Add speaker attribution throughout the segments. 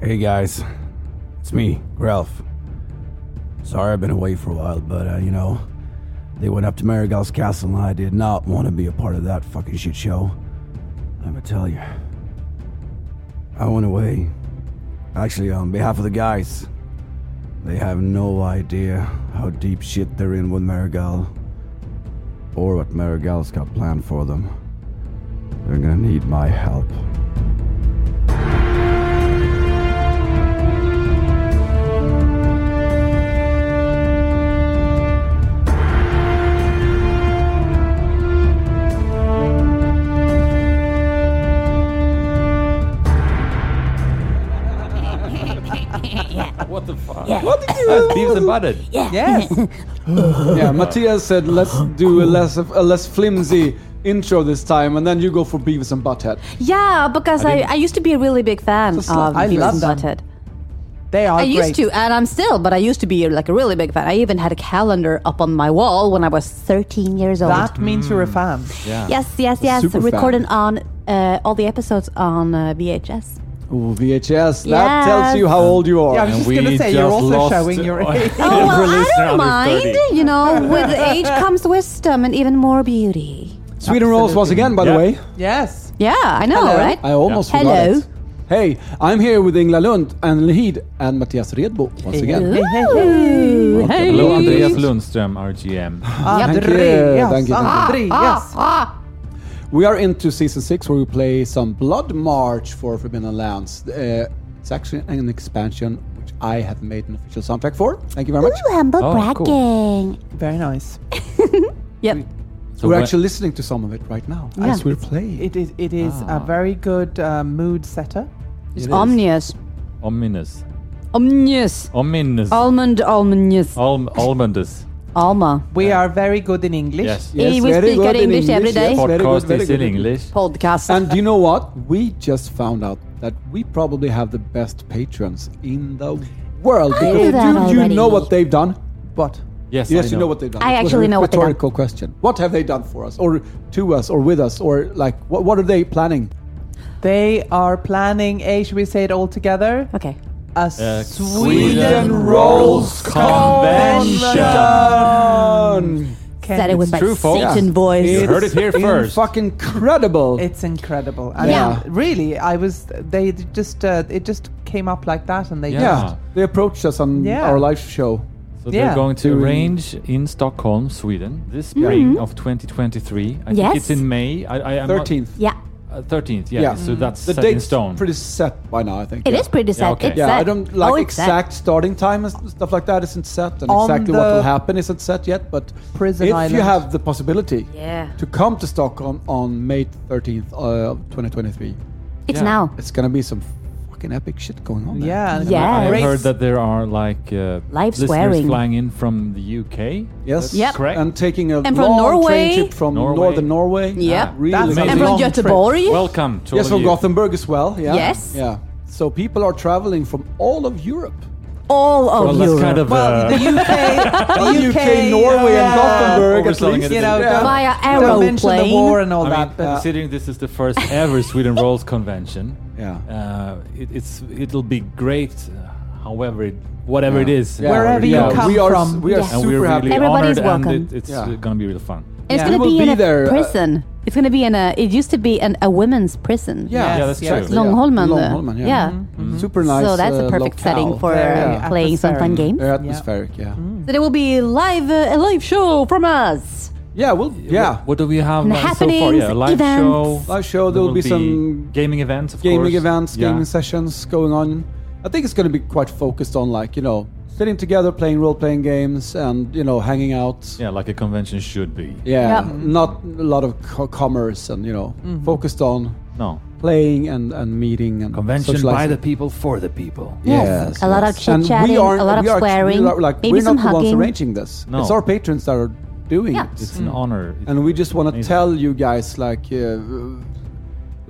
Speaker 1: Hey guys, it's me, Ralph. Sorry I've been away for a while, but uh, you know, they went up to Marigal's castle and I did not want to be a part of that fucking shit show. I'ma tell you. I went away. Actually, on behalf of the guys, they have no idea how deep shit they're in with Marigal. Or what Marigal's got planned for them. They're gonna need my help.
Speaker 2: What the fuck?
Speaker 3: Yeah.
Speaker 2: What did you That's beefs and butted.
Speaker 3: Yeah.
Speaker 4: Yeah, Matthias said let's do a less a less flimsy intro this time, and then you go for Beavis and Butthead.
Speaker 3: yeah, because I, I, used to be a really big fan
Speaker 4: It's a slut.
Speaker 3: of
Speaker 5: I
Speaker 3: Beavis
Speaker 5: love
Speaker 3: and
Speaker 5: them.
Speaker 3: Butthead.
Speaker 5: They are
Speaker 3: I used
Speaker 5: great.
Speaker 3: to, and I'm still, but I used to be like a really big fan. I even had a calendar up on my wall when I was 13 years old.
Speaker 5: That means you're a
Speaker 2: Mm.
Speaker 5: fan.
Speaker 2: Yeah.
Speaker 3: Yes, yes, yes.
Speaker 4: Super fan.
Speaker 3: Recorded on uh, all the episodes on uh, VHS.
Speaker 4: Ooh, VHS. That
Speaker 3: Yes.
Speaker 4: tells you how old you are.
Speaker 5: Yeah, I was
Speaker 2: And
Speaker 5: just
Speaker 2: we
Speaker 5: going to say, you're
Speaker 2: just
Speaker 5: also
Speaker 2: lost
Speaker 5: showing your
Speaker 2: our-
Speaker 5: age.
Speaker 3: Oh,
Speaker 2: Every
Speaker 3: well, I
Speaker 2: listener
Speaker 3: don't
Speaker 2: under
Speaker 3: mind.
Speaker 2: 30.
Speaker 3: You know, with age comes wisdom and even more beauty.
Speaker 4: Sweden Rolls was again, by the
Speaker 2: Yeah.
Speaker 4: way.
Speaker 5: Yes.
Speaker 3: Yeah, I know,
Speaker 5: Hello.
Speaker 3: right?
Speaker 4: I almost
Speaker 3: Yeah.
Speaker 4: forgot
Speaker 3: Hello.
Speaker 4: it. Hey, I'm here with Ingla Lund and Lehid and Matthias Redbo once again.
Speaker 5: Hey, hey,
Speaker 3: Ooh,
Speaker 4: Welcome.
Speaker 3: hey.
Speaker 2: Hello, Andreas Lundström, our GM.
Speaker 3: Oh,
Speaker 4: Thank
Speaker 5: Ah,
Speaker 4: you,
Speaker 5: Andreas,
Speaker 4: thank you, thank
Speaker 5: Andreas.
Speaker 3: Ah.
Speaker 4: We are into season six where we play some Blood March for Forbidden Lands. Uh, it's actually an expansion which I have made an official soundtrack for. Thank you very much.
Speaker 3: Ooh, humble
Speaker 2: Oh, cool.
Speaker 3: bragging.
Speaker 5: Very nice.
Speaker 3: Yep.
Speaker 2: So
Speaker 4: we're
Speaker 2: when-
Speaker 4: actually listening to some of it right now
Speaker 3: Yeah.
Speaker 4: as we're playing.
Speaker 5: It is, it is
Speaker 2: Ah.
Speaker 5: a very good uh, mood setter.
Speaker 3: It's omnious.
Speaker 2: Ominous.
Speaker 3: Omnious.
Speaker 2: Ominous.
Speaker 3: Almond, almonious.
Speaker 2: Alm- almondus.
Speaker 3: Alma.
Speaker 5: We are very good in English.
Speaker 2: Yes.
Speaker 3: He will
Speaker 4: very
Speaker 3: speak
Speaker 4: good
Speaker 3: good
Speaker 4: in
Speaker 3: English every day.
Speaker 4: yes, very good,
Speaker 2: Podcast
Speaker 4: very
Speaker 2: is
Speaker 4: good
Speaker 2: in English.
Speaker 3: Podcast.
Speaker 4: And you know what? We just found out that we probably have the best patrons in the world.
Speaker 3: I knew that
Speaker 4: do you
Speaker 3: already.
Speaker 4: know what they've done? What?
Speaker 2: Yes,
Speaker 4: yes,
Speaker 2: I
Speaker 4: you know
Speaker 2: know.
Speaker 4: what they've done. It
Speaker 3: I
Speaker 4: was
Speaker 3: actually
Speaker 4: a
Speaker 3: know what they've done.
Speaker 4: Rhetorical question. What have they done for us, or to us, or with us, or like what? What are they planning?
Speaker 5: They are planning a, should we say it all together?
Speaker 3: okay.
Speaker 5: A
Speaker 2: Uh,
Speaker 5: Sweden
Speaker 4: Rolls
Speaker 5: Can-
Speaker 3: Said it with my
Speaker 2: true, folks.
Speaker 3: Satan
Speaker 2: Yeah.
Speaker 3: voice.
Speaker 2: You
Speaker 4: It's
Speaker 2: heard it here first.
Speaker 4: Fucking incredible.
Speaker 5: It's incredible. I
Speaker 4: Yeah.
Speaker 5: mean, really, I was, they d- just, uh, it just came up like that and they
Speaker 2: Yeah.
Speaker 4: yeah, they approached us on
Speaker 5: Yeah.
Speaker 4: our live show.
Speaker 2: So they're
Speaker 5: Yeah.
Speaker 2: going to
Speaker 4: Doing-
Speaker 2: arrange in Stockholm, Sweden, this spring of 2023. I
Speaker 3: Mm-hmm. Yes.
Speaker 2: think it's in May. I, I am not-
Speaker 4: Thirteenth.
Speaker 3: Yeah.
Speaker 2: uh, 13th, yeah.
Speaker 4: Yeah.
Speaker 2: So that's
Speaker 4: The
Speaker 2: set in
Speaker 4: date's
Speaker 2: stone.
Speaker 4: pretty set by now, I think.
Speaker 3: It is
Speaker 4: yeah.
Speaker 3: pretty sad.
Speaker 2: okay.
Speaker 3: It's
Speaker 4: Yeah,
Speaker 3: sad.
Speaker 4: I don't like
Speaker 3: Oh, it's sad.
Speaker 4: exact starting time and s- stuff like that isn't set, and
Speaker 5: On
Speaker 4: exactly what
Speaker 5: the
Speaker 4: will happen isn't set yet. But
Speaker 5: prison
Speaker 4: if you
Speaker 5: island.
Speaker 4: have the possibility
Speaker 3: Yeah.
Speaker 4: to come to Stockholm on May 13th uh, of 2023,
Speaker 3: It's
Speaker 2: Yeah.
Speaker 3: now.
Speaker 4: it's gonna be some fucking epic shit going on. There.
Speaker 5: Yeah. and
Speaker 3: Yeah.
Speaker 2: I have
Speaker 3: Yes.
Speaker 2: heard that there are like uh,
Speaker 3: Live
Speaker 2: listeners
Speaker 3: swearing.
Speaker 2: flying in from the UK.
Speaker 4: Yes.
Speaker 3: Yep.
Speaker 2: correct.
Speaker 4: And taking a
Speaker 3: And from
Speaker 4: long
Speaker 3: Norway?
Speaker 4: train trip from
Speaker 2: Norway.
Speaker 4: northern Norway.
Speaker 3: Yep.
Speaker 4: Really
Speaker 5: That's
Speaker 4: amazing.
Speaker 3: And from
Speaker 5: Long
Speaker 3: Göteborg.
Speaker 2: Welcome to
Speaker 4: Yes,
Speaker 2: all
Speaker 4: from
Speaker 2: of you.
Speaker 4: Gothenburg as well. Yeah.
Speaker 3: Yes.
Speaker 4: Yeah. So people are traveling from all of Europe.
Speaker 3: all
Speaker 2: Well,
Speaker 3: of
Speaker 2: that's
Speaker 3: Europe.
Speaker 2: kind of
Speaker 5: Well,
Speaker 2: uh,
Speaker 5: the UK, the
Speaker 4: UK, Norway, and Gothenburg. at
Speaker 2: Overselling
Speaker 4: least.
Speaker 2: it
Speaker 5: You know,
Speaker 4: Yeah.
Speaker 5: don't-
Speaker 3: Via
Speaker 5: Don't mention the
Speaker 3: aeroplane.
Speaker 5: war and all
Speaker 2: I
Speaker 5: that.
Speaker 2: mean,
Speaker 5: uh,
Speaker 2: considering this is the first ever Sweden Rolls convention,
Speaker 4: Yeah.
Speaker 2: uh, it, it's it'll be great. uh, However, it, whatever it is,
Speaker 4: Yeah.
Speaker 5: Wherever
Speaker 2: it
Speaker 5: you
Speaker 2: goes.
Speaker 5: come
Speaker 4: we are,
Speaker 5: from.
Speaker 4: We are
Speaker 3: Yes.
Speaker 2: and
Speaker 4: super
Speaker 2: we're
Speaker 4: happy.
Speaker 2: really honored,
Speaker 3: Everybody's
Speaker 2: and
Speaker 3: welcome.
Speaker 2: it, it's
Speaker 4: Yeah.
Speaker 2: uh, gonna be really fun.
Speaker 3: It's
Speaker 5: Yeah.
Speaker 3: going
Speaker 4: We
Speaker 3: to
Speaker 4: will
Speaker 3: be, in
Speaker 4: be
Speaker 3: a
Speaker 4: there, uh,
Speaker 3: prison. it's going to be in a. It used to be an, a women's prison.
Speaker 5: Yeah,
Speaker 2: yeah, that's
Speaker 5: yes,
Speaker 2: true.
Speaker 3: yeah. Långholmen, uh,
Speaker 4: Långholmen, yeah. Mm-hmm.
Speaker 3: yeah.
Speaker 4: Super nice.
Speaker 3: so that's
Speaker 4: uh,
Speaker 3: a perfect
Speaker 4: locale.
Speaker 3: setting for Mm.
Speaker 5: Very
Speaker 3: uh, playing some fun
Speaker 5: atmospheric.
Speaker 3: games.
Speaker 4: Very atmospheric, yeah.
Speaker 3: So there will be live uh, a live show from us.
Speaker 4: Yeah, well, yeah.
Speaker 2: What, what do we have
Speaker 3: And
Speaker 2: uh, so far?
Speaker 3: happenings,
Speaker 2: Yeah, a live show.
Speaker 3: events.
Speaker 4: Live show, there will be some
Speaker 2: gaming events, of
Speaker 4: gaming
Speaker 2: course.
Speaker 4: events,
Speaker 2: Yeah.
Speaker 4: gaming sessions going on. I think it's going to be quite focused on, like, you know, sitting together, playing role playing games, and, you know, hanging out.
Speaker 2: Yeah, like a convention should be.
Speaker 4: Yeah, Mm-hmm.
Speaker 3: Yep.
Speaker 4: not a lot of co- commerce and, you know, focused on
Speaker 2: No,
Speaker 4: playing and, and meeting and
Speaker 2: convention by
Speaker 4: socializing.
Speaker 2: the people for the people.
Speaker 4: Yes,
Speaker 3: A lot
Speaker 4: yes.
Speaker 3: of
Speaker 4: And we
Speaker 3: chit-chatting,
Speaker 4: aren't-
Speaker 3: a lot of
Speaker 4: we are-
Speaker 3: swearing,
Speaker 4: we are, like,
Speaker 3: maybe
Speaker 4: we're
Speaker 3: some
Speaker 4: not the
Speaker 3: hugging.
Speaker 4: ones arranging this.
Speaker 2: No.
Speaker 4: It's our patrons that are doing
Speaker 3: Yeah.
Speaker 4: it.
Speaker 2: It's an honor. It-
Speaker 4: And we just want to
Speaker 2: Amazing.
Speaker 4: tell you guys, like, uh,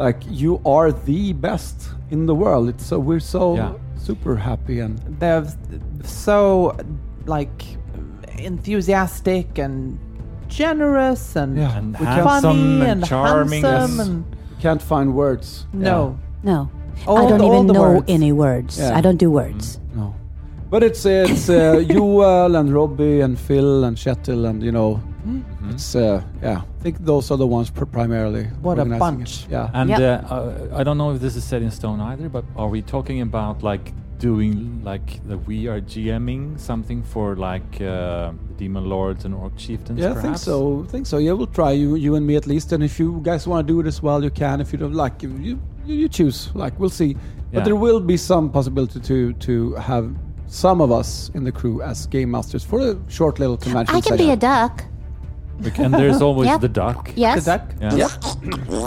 Speaker 4: like you are the best in the world. It's so we're so
Speaker 2: Yeah.
Speaker 4: super happy and
Speaker 5: they're s- so like enthusiastic and generous and
Speaker 4: Yeah.
Speaker 2: and
Speaker 4: We
Speaker 2: handsome
Speaker 5: funny
Speaker 2: and,
Speaker 5: and
Speaker 2: charming.
Speaker 5: handsome
Speaker 2: Yes.
Speaker 5: and
Speaker 4: can't find words.
Speaker 5: no
Speaker 3: No,
Speaker 5: All
Speaker 6: I don't
Speaker 5: the- all
Speaker 6: even
Speaker 5: the
Speaker 6: know
Speaker 5: words.
Speaker 6: any words.
Speaker 4: Yeah.
Speaker 6: I don't do words.
Speaker 4: No. But it's it's uh, Joel and Robbie and Phil and Shetil and you know it's uh, yeah I think those are the ones pr- primarily.
Speaker 5: What a
Speaker 4: organizing it.
Speaker 5: bunch.
Speaker 4: Yeah.
Speaker 2: And
Speaker 6: Yep.
Speaker 2: uh, uh, I don't know if this is set in stone either, but are we talking about like doing like that we are GMing something for like uh, demon lords and orc chieftains?
Speaker 4: yeah, I think
Speaker 2: perhaps?
Speaker 4: so. I think so. Yeah, we'll try you, you and me at least. And if you guys want to do it as well, you can. If you don't like, you you, you choose. Like we'll see. But
Speaker 2: Yeah.
Speaker 4: there will be some possibility to to have some of us in the crew as game masters for a short little convention.
Speaker 3: I can be
Speaker 4: session.
Speaker 3: a duck.
Speaker 2: Bec- And there's always
Speaker 3: Yep.
Speaker 2: the duck.
Speaker 3: Yes.
Speaker 4: The duck.
Speaker 2: Yeah.
Speaker 4: Yep.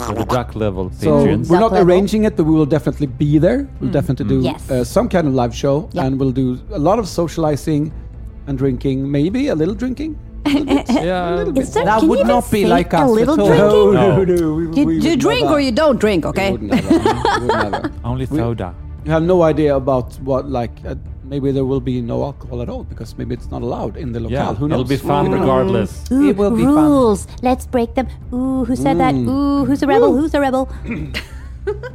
Speaker 2: So the duck level
Speaker 4: So
Speaker 2: patrons.
Speaker 4: we're not
Speaker 6: Duck level.
Speaker 4: arranging it, but we will definitely be there.
Speaker 2: Mm-hmm.
Speaker 4: We'll definitely do
Speaker 3: Yes.
Speaker 4: uh, some kind of live show,
Speaker 6: Yeah.
Speaker 4: and we'll do a lot of socializing and drinking, maybe a little drinking.
Speaker 2: yeah.
Speaker 6: Is there,
Speaker 5: That
Speaker 6: can you
Speaker 5: would
Speaker 6: even
Speaker 5: not be
Speaker 6: say
Speaker 5: like
Speaker 6: a
Speaker 5: us
Speaker 6: little
Speaker 5: at all.
Speaker 6: drinking.
Speaker 4: No, no,
Speaker 2: No.
Speaker 4: we-
Speaker 6: You,
Speaker 4: we
Speaker 6: you
Speaker 4: would
Speaker 6: drink
Speaker 4: never-
Speaker 6: or you don't drink, okay?
Speaker 4: We would never. We would never.
Speaker 2: Only soda.
Speaker 4: You have no idea about what, like, uh, maybe there will be no alcohol at all because maybe it's not allowed in the locale.
Speaker 2: Yeah.
Speaker 4: Who knows?
Speaker 2: It'll be fun regardless.
Speaker 5: It will be fun.
Speaker 3: rules. Let's break them. Ooh, who said
Speaker 7: Mm.
Speaker 3: that? Ooh, who's a rebel? Who's a rebel?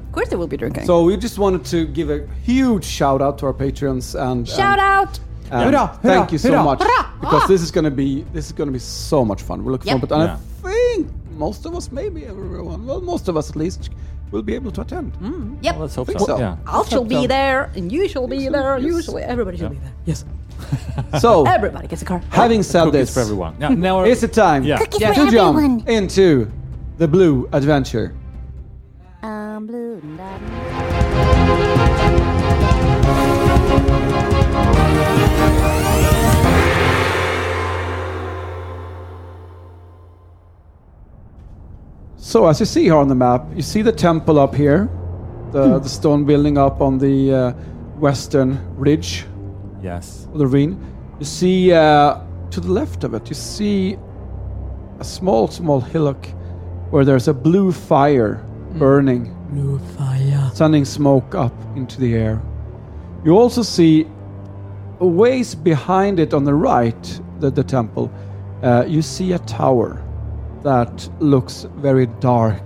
Speaker 6: Of course, they will be drinking.
Speaker 4: So um, we just wanted to give a huge shout out to our patrons and
Speaker 6: Shout
Speaker 4: and-
Speaker 6: out!
Speaker 4: And
Speaker 5: Hurrah,
Speaker 4: thank
Speaker 5: hurrah,
Speaker 4: you so
Speaker 5: hurrah.
Speaker 4: much because this is gonna be this is gonna be so much fun. We're looking
Speaker 6: Yep.
Speaker 4: forward, to- and
Speaker 2: Yeah.
Speaker 4: I think most of us, maybe everyone, well, most of us at least, will be able to attend.
Speaker 6: Yep.
Speaker 2: Let's hope
Speaker 4: think
Speaker 2: so.
Speaker 4: so.
Speaker 2: Yeah.
Speaker 6: I shall be
Speaker 4: so.
Speaker 6: there, and you shall be
Speaker 4: Yes,
Speaker 6: there, you
Speaker 4: yes.
Speaker 6: shall everybody shall be there. Yes.
Speaker 4: So,
Speaker 6: Everybody gets a car.
Speaker 4: having said
Speaker 2: Cookies
Speaker 4: this,
Speaker 2: for everyone. Yeah, now
Speaker 4: it's the time
Speaker 2: Yeah.
Speaker 3: Cookies
Speaker 4: to
Speaker 3: for
Speaker 4: jump
Speaker 3: everyone.
Speaker 4: into the blue adventure.
Speaker 3: Um, blue. and black.
Speaker 4: So, as you see here on the map, you see the temple up here, the, the stone building up on the uh, western ridge
Speaker 2: Yes.
Speaker 4: of the ravine. You see uh, to the left of it, you see a small, small hillock where there's a blue fire burning,
Speaker 6: Blue fire.
Speaker 4: sending smoke up into the air. You also see a ways behind it on the right, the, the temple, uh, you see a tower that looks very dark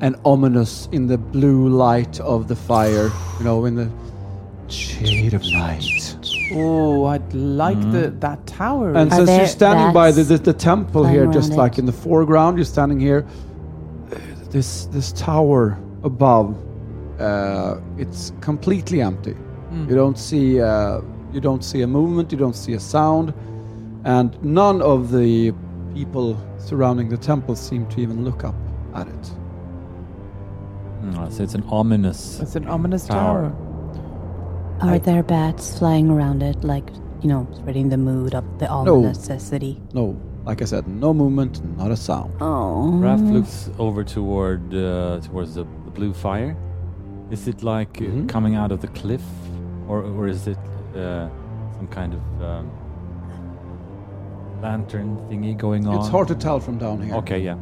Speaker 4: and ominous in the blue light of the fire, you know, in the shade of night.
Speaker 5: Oh, I'd like the that tower.
Speaker 4: Mm-hmm. And
Speaker 6: Are
Speaker 4: since you're
Speaker 6: there
Speaker 4: standing by the,
Speaker 6: bats
Speaker 4: the, the temple here,
Speaker 6: flying
Speaker 4: just
Speaker 6: around
Speaker 4: like
Speaker 6: it?
Speaker 4: in the foreground, you're standing here. uh, This this tower above, uh, it's completely empty. You don't see uh, you don't see a movement. You don't see a sound, and none of the people surrounding the temple seem to even look up at it.
Speaker 2: Mm, so it's an ominous.
Speaker 5: it's an ominous
Speaker 2: Tower.
Speaker 5: tower.
Speaker 6: Are there bats flying around it, like, you know, spreading the mood of the ominous city?
Speaker 4: No, like I said, no movement, not a sound.
Speaker 6: Oh.
Speaker 2: Raph
Speaker 4: Mm.
Speaker 2: looks over toward uh, towards the, the blue fire. Is it like uh,
Speaker 4: Mm-hmm.
Speaker 2: coming out of the cliff, or or is it uh, some kind of um, lantern thingy going on?
Speaker 4: It's hard to tell from down here.
Speaker 2: Oh. Okay, yeah.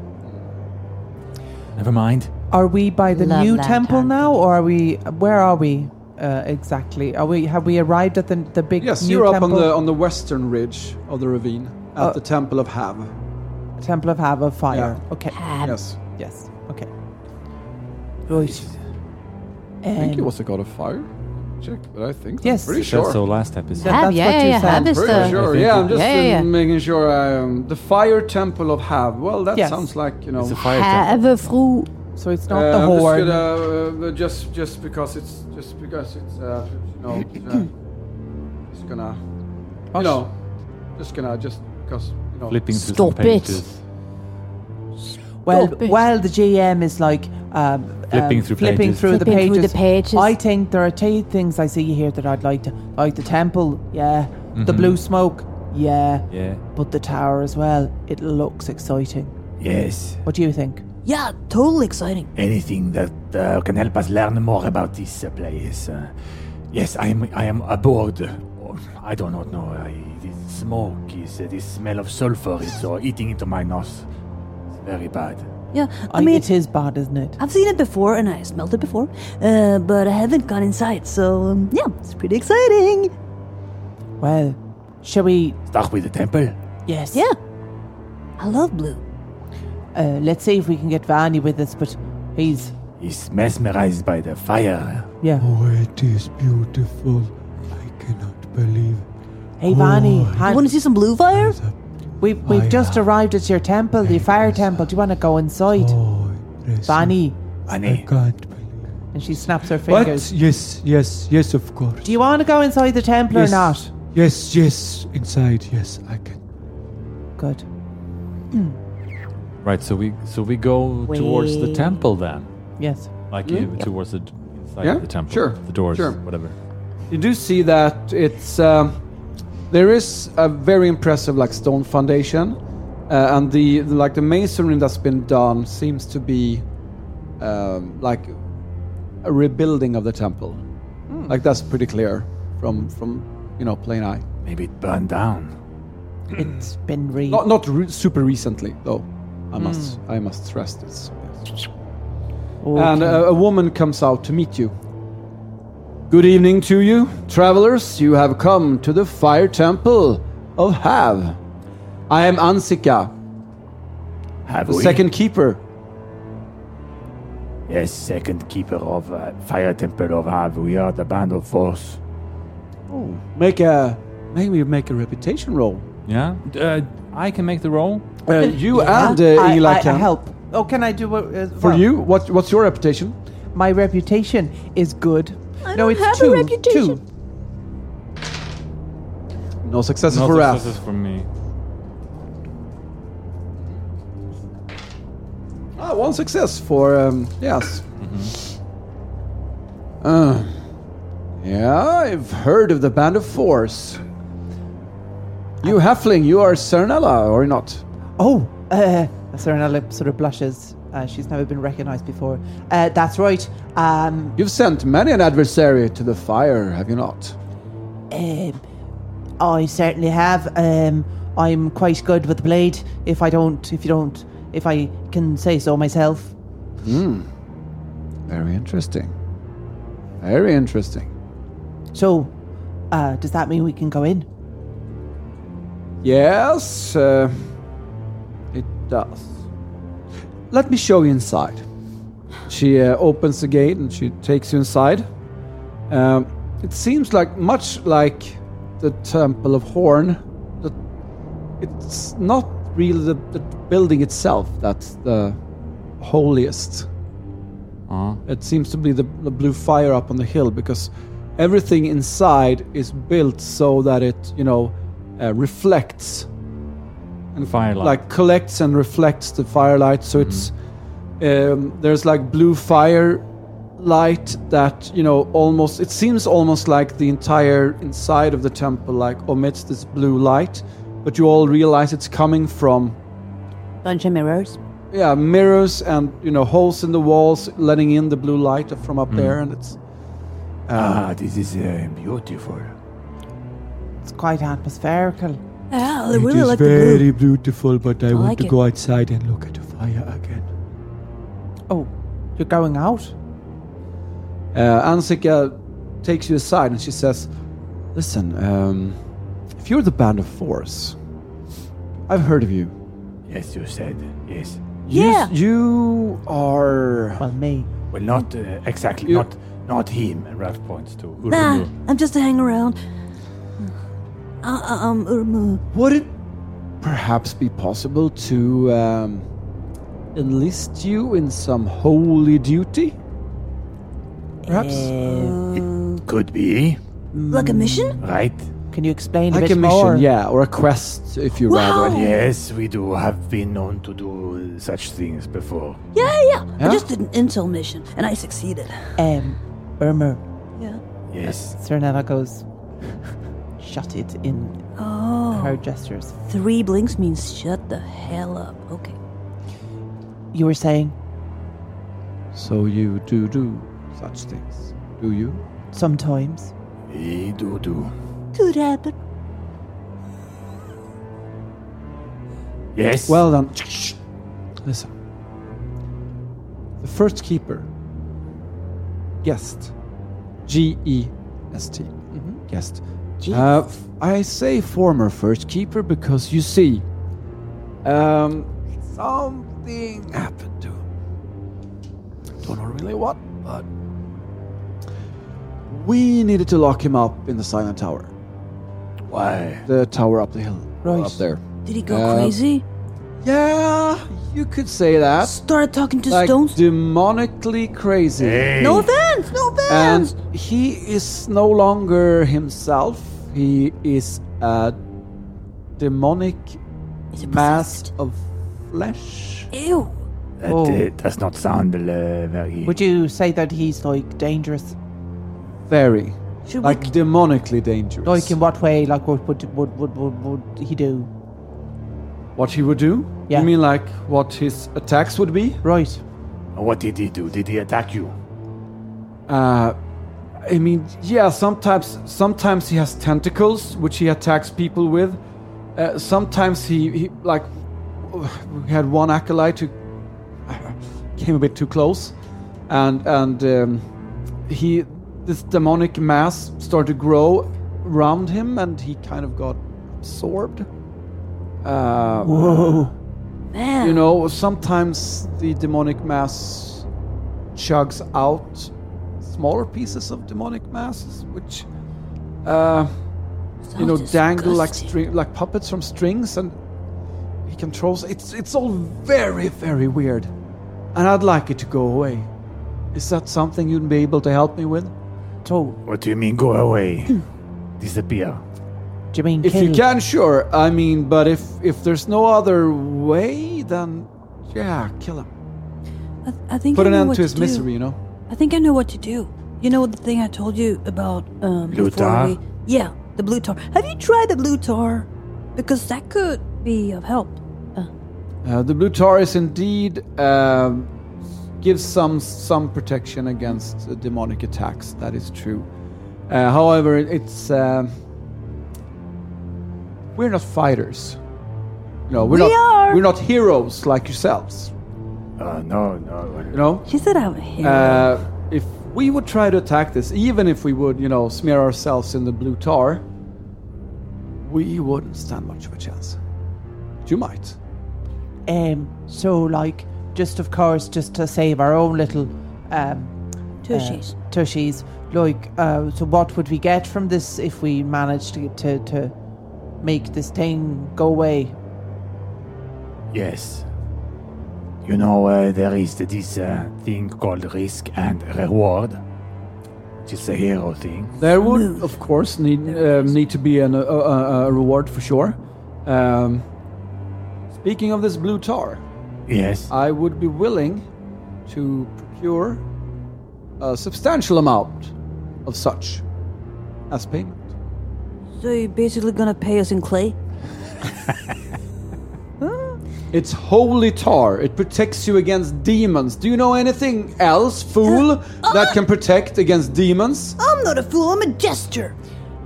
Speaker 2: Never mind.
Speaker 5: Are we by the
Speaker 6: Love
Speaker 5: new
Speaker 6: that
Speaker 5: temple
Speaker 6: town.
Speaker 5: now, or are we? Where are we uh, exactly? Are we? Have we arrived at the the big
Speaker 4: Yes,
Speaker 5: new
Speaker 4: you're up on
Speaker 5: temple,
Speaker 4: the on the western ridge of the ravine at
Speaker 5: Uh,
Speaker 6: Oh.
Speaker 4: the temple of Hav.
Speaker 5: temple of Hava Fire?
Speaker 4: Yeah.
Speaker 5: Okay.
Speaker 4: Yes.
Speaker 5: Yes. Okay. Right.
Speaker 4: I
Speaker 5: Um,
Speaker 4: think
Speaker 5: And-
Speaker 4: it was a god of fire. Check, but I think
Speaker 5: Yes.
Speaker 4: I'm pretty
Speaker 5: It
Speaker 4: sure.
Speaker 2: That's so last episode.
Speaker 5: That-
Speaker 6: Have,
Speaker 5: that's
Speaker 6: yeah,
Speaker 5: what
Speaker 6: yeah,
Speaker 5: you
Speaker 6: yeah,
Speaker 5: said.
Speaker 6: have is
Speaker 4: Pretty
Speaker 6: the.
Speaker 4: sure.
Speaker 2: I think
Speaker 4: Yeah,
Speaker 2: it-
Speaker 4: I'm just
Speaker 6: Yeah,
Speaker 4: uh,
Speaker 6: yeah, yeah.
Speaker 4: making sure. I, um, the fire temple of Hav. Well, that
Speaker 5: Yes.
Speaker 4: sounds like you know.
Speaker 2: it's a fire temple.
Speaker 6: Have a fruit.
Speaker 5: So it's not
Speaker 4: Uh,
Speaker 5: the
Speaker 4: I'm
Speaker 5: horde.
Speaker 4: Just, gonna, uh, uh, just, just because it's just because it's uh, you know, it's, uh, just gonna, you
Speaker 5: Us.
Speaker 4: know, just gonna just because you know.
Speaker 2: Flipping through some
Speaker 6: Stop it.
Speaker 2: pages.
Speaker 5: Well,
Speaker 6: Stop it.
Speaker 5: while the GM is like um,
Speaker 2: Flipping
Speaker 5: um,
Speaker 2: through
Speaker 5: flipping
Speaker 2: pages.
Speaker 5: through the
Speaker 6: Flipping
Speaker 5: pages,
Speaker 6: through the pages.
Speaker 5: I think there are two things I see here that I'd like to like the temple, yeah, the blue smoke, yeah,
Speaker 2: Yeah.
Speaker 5: but the tower as well. It looks exciting.
Speaker 8: Yes,
Speaker 5: What do you think?
Speaker 6: Yeah, totally exciting.
Speaker 8: anything that uh, can help us learn more about this uh, place. Uh, yes, I am. I am aboard. Oh, I do not know. I, this smoke is uh, this smell of sulfur is uh, eating into my nose. It's very bad.
Speaker 7: Yeah, I,
Speaker 5: I
Speaker 7: mean,
Speaker 5: it is bad, isn't it?
Speaker 7: I've seen it before and I smelled it before, uh, but I haven't gone inside, so um, yeah, it's pretty exciting.
Speaker 5: Well, shall we?
Speaker 8: Start with the temple.
Speaker 5: Yes.
Speaker 7: Yeah, I love blue.
Speaker 5: Uh, let's see if we can get Vani with us, but he's
Speaker 8: is mesmerized by the fire.
Speaker 5: Yeah.
Speaker 4: Oh, it is beautiful. I cannot believe
Speaker 5: Hey, Vani,
Speaker 4: Oh,
Speaker 7: You
Speaker 5: Han,
Speaker 7: want to see some blue fire?
Speaker 4: it's a
Speaker 5: we've,
Speaker 4: Oh,
Speaker 5: we've just arrived at your temple, the fire temple. Do you want to go inside?
Speaker 4: boy. impressive.
Speaker 5: Vani.
Speaker 4: I
Speaker 8: Honey,
Speaker 4: can't believe.
Speaker 5: And she snaps her
Speaker 4: What?
Speaker 5: fingers.
Speaker 4: Yes, yes, yes, of course.
Speaker 5: Do you want to go inside the temple
Speaker 4: yes.
Speaker 5: or not?
Speaker 4: Yes, yes, inside, yes, I can.
Speaker 5: Good.
Speaker 2: Right. So we so we go towards the
Speaker 6: Wait.
Speaker 2: temple then,
Speaker 5: Yes.
Speaker 2: like
Speaker 4: Yeah.
Speaker 2: you towards the d- inside
Speaker 4: Mm. Yeah,
Speaker 2: of the temple.
Speaker 4: sure,
Speaker 2: The doors.
Speaker 4: sure.
Speaker 2: Whatever.
Speaker 4: You do see that it's um, there is a very impressive like stone foundation, uh, and the like the masonry that's been done seems to be um, like a rebuilding of the temple. Like that's pretty clear from from you know plain eye.
Speaker 8: maybe it burned down.
Speaker 5: It's been re.
Speaker 4: Not not re- super recently though. I must I must stress this. And a, a woman comes out to meet you. Good evening to you, travelers. You have come to the fire temple of Hav. I am Ansika,
Speaker 8: Have
Speaker 4: the
Speaker 8: we?
Speaker 4: second keeper.
Speaker 8: Yes, second keeper of uh, fire temple of Hav. We are the band of force.
Speaker 4: Make a make me make a reputation roll.
Speaker 2: Yeah. D- Uh, I can make the roll.
Speaker 4: Uh, you and uh,
Speaker 5: I,
Speaker 4: Eli
Speaker 5: I,
Speaker 4: can.
Speaker 5: help. Oh, can I do it as
Speaker 4: For
Speaker 5: well?
Speaker 4: you, what what's your reputation?
Speaker 5: My reputation is good.
Speaker 7: I
Speaker 5: no,
Speaker 7: don't
Speaker 5: it's
Speaker 7: have a
Speaker 5: two.
Speaker 7: reputation.
Speaker 5: Two.
Speaker 4: No successes
Speaker 2: No
Speaker 4: for Raph.
Speaker 2: successes for me.
Speaker 4: Ah, one success for um, yes. Uh, yeah, I've heard of the Band of Force. You halfling, you are Cernella, or not?
Speaker 5: Oh, uh, Serenella sort of blushes. Uh, she's never been recognized before. Uh, that's right. Um,
Speaker 4: You've sent many an adversary to the fire, have you not?
Speaker 5: um, I certainly have. Um, I'm quite good with the blade. If I don't, if you don't, if I can say so myself.
Speaker 4: Very interesting. Very interesting.
Speaker 5: So, uh, does that mean we can go in?
Speaker 4: Yes, uh, it does. Let me show you inside. She uh, opens the gate and she takes you inside. Um, it seems like much like the Temple of Horn. That it's not really the, the building itself that's the holiest.
Speaker 2: Uh,
Speaker 4: It seems to be the, the blue fire up on the hill because everything inside is built so that it, you know, uh, reflects
Speaker 2: and firelight.
Speaker 4: like collects and reflects the firelight so it's um, there's like blue fire light that you know almost it seems almost like the entire inside of the temple like omits this blue light but you all realize it's coming from
Speaker 6: Bunch of mirrors.
Speaker 4: yeah mirrors and you know holes in the walls letting in the blue light from up there and it's
Speaker 8: Ah, this is uh, beautiful.
Speaker 5: It's quite atmospherical.
Speaker 7: Yeah, I really like the blue.
Speaker 4: beautiful but i,
Speaker 7: want like to it.
Speaker 4: go outside and look at the fire again
Speaker 5: Oh, you're going out?
Speaker 4: Uh, Ansika takes you aside and she says, Listen, um, if you're the Band of Force, I've heard of you.
Speaker 8: Yes, you said. Yes.
Speaker 4: You s-
Speaker 7: Yeah.
Speaker 4: You, are.
Speaker 5: Well, me.
Speaker 8: Well, not uh, exactly.
Speaker 4: You-
Speaker 8: Not not him. Raph points to Urmu.
Speaker 7: Nah, I'm just a hang around. Uh, uh, um, Urmu.
Speaker 4: Would it perhaps be possible to um, enlist you in some holy duty? Perhaps?
Speaker 5: Um,
Speaker 8: Could be,
Speaker 7: Like a mission?
Speaker 8: right?
Speaker 5: Can you explain a
Speaker 4: like
Speaker 5: bit
Speaker 4: a mission,
Speaker 5: more?
Speaker 4: yeah, or a quest, if you rather.
Speaker 7: Wow.
Speaker 8: Yes, we do have been known to do such things before.
Speaker 7: Yeah, yeah.
Speaker 4: Yeah?
Speaker 7: I just did an intel mission and I succeeded.
Speaker 5: Um, Irmer,
Speaker 7: Yeah.
Speaker 8: Yes.
Speaker 5: Serenella goes, shut it in her
Speaker 7: Oh,
Speaker 5: gestures.
Speaker 7: three blinks means shut the hell up. Okay.
Speaker 5: You were saying
Speaker 4: So you do do such things, do you?
Speaker 5: sometimes.
Speaker 8: We do do.
Speaker 7: Could happen.
Speaker 8: Yes.
Speaker 4: Well done. Listen. The first keeper. Guest. G E S T. Guest. Uh, f- I say former first keeper because you see, um, something happened to him.
Speaker 8: to
Speaker 4: don't know really what, but we needed to lock him up in the silent tower,
Speaker 8: Why?
Speaker 4: the tower up the hill,
Speaker 5: Right.
Speaker 4: up there.
Speaker 7: Did he go
Speaker 4: Uh,
Speaker 7: crazy?
Speaker 4: Yeah, you could say that.
Speaker 7: Started talking to
Speaker 4: Like
Speaker 7: stones?
Speaker 4: demonically crazy.
Speaker 7: No offense, no offense.
Speaker 4: And he is no longer himself. He is a demonic
Speaker 7: He's
Speaker 4: mass
Speaker 7: possessed.
Speaker 4: of flesh.
Speaker 7: Ew.
Speaker 8: That
Speaker 5: Oh.
Speaker 8: uh, does not sound uh, very.
Speaker 5: Would you say that he's like dangerous?
Speaker 4: Very.
Speaker 7: Should
Speaker 4: Like demonically dangerous.
Speaker 5: Like in what way? Like what would what would would, would he do?
Speaker 4: what he would do?
Speaker 5: Yeah.
Speaker 4: You mean like what his attacks would be?
Speaker 5: Right.
Speaker 8: What did he do? Did he attack you?
Speaker 4: Uh, I mean, yeah. Sometimes, sometimes he has tentacles, which he attacks people with. Uh, sometimes he, he like we had one acolyte who came a bit too close, and and um, he this demonic mass started to grow around him, and he kind of got absorbed. Uh,
Speaker 7: we? Man.
Speaker 4: you know, sometimes the demonic mass chugs out smaller pieces of demonic masses, which, uh, you know, dangle like string, like puppets from strings, and he controls. It's it's all very very weird, and I'd like it to go away. Is that something you'd be able to help me with?
Speaker 5: So,
Speaker 8: What do you mean, go away?
Speaker 7: Hmm.
Speaker 8: Disappear.
Speaker 5: do you mean
Speaker 4: If
Speaker 5: kill?
Speaker 4: you can, sure. I mean, but if if there's no other way, then yeah, kill him.
Speaker 7: I, I think
Speaker 4: Put
Speaker 7: I
Speaker 4: an
Speaker 7: know
Speaker 4: end
Speaker 7: what
Speaker 4: to his
Speaker 7: do.
Speaker 4: misery, you know.
Speaker 7: I think I know what to do. You know the thing I told you about um,
Speaker 8: Blue
Speaker 7: before
Speaker 8: tar?
Speaker 7: we- Yeah, the blue tar. Have you tried the blue tar? Because that could be of help.
Speaker 4: Uh, the blue tar is indeed um, gives some some protection against uh, demonic attacks. That is true. Uh, however, it's um, we're not fighters. No, we're
Speaker 7: We
Speaker 4: not.
Speaker 7: are.
Speaker 4: We're not heroes like yourselves.
Speaker 8: Uh, no, no.
Speaker 4: You know.
Speaker 7: She said out here.
Speaker 4: Uh, if we would try to attack this, even if we would, you know, smear ourselves in the blue tar, we wouldn't stand much of a chance. But you might.
Speaker 5: um, so like just of course just to save our own little um,
Speaker 7: Tushies.
Speaker 5: uh, tushies. Like uh, so, what would we get from this if we managed to to, to make this thing go away?
Speaker 8: Yes. You know, uh, there is this uh, thing called risk and reward, which is a hero thing.
Speaker 4: There would, of course, need um, need to be an, a, a, a reward for sure. Um, speaking of this blue tar,
Speaker 8: Yes.
Speaker 4: I would be willing to procure a substantial amount of such as payment.
Speaker 7: so you're basically gonna pay us in clay?
Speaker 4: It's holy tar. It protects you against demons. Do you know anything else, fool, that can protect against demons?
Speaker 7: I'm not a fool. I'm a jester.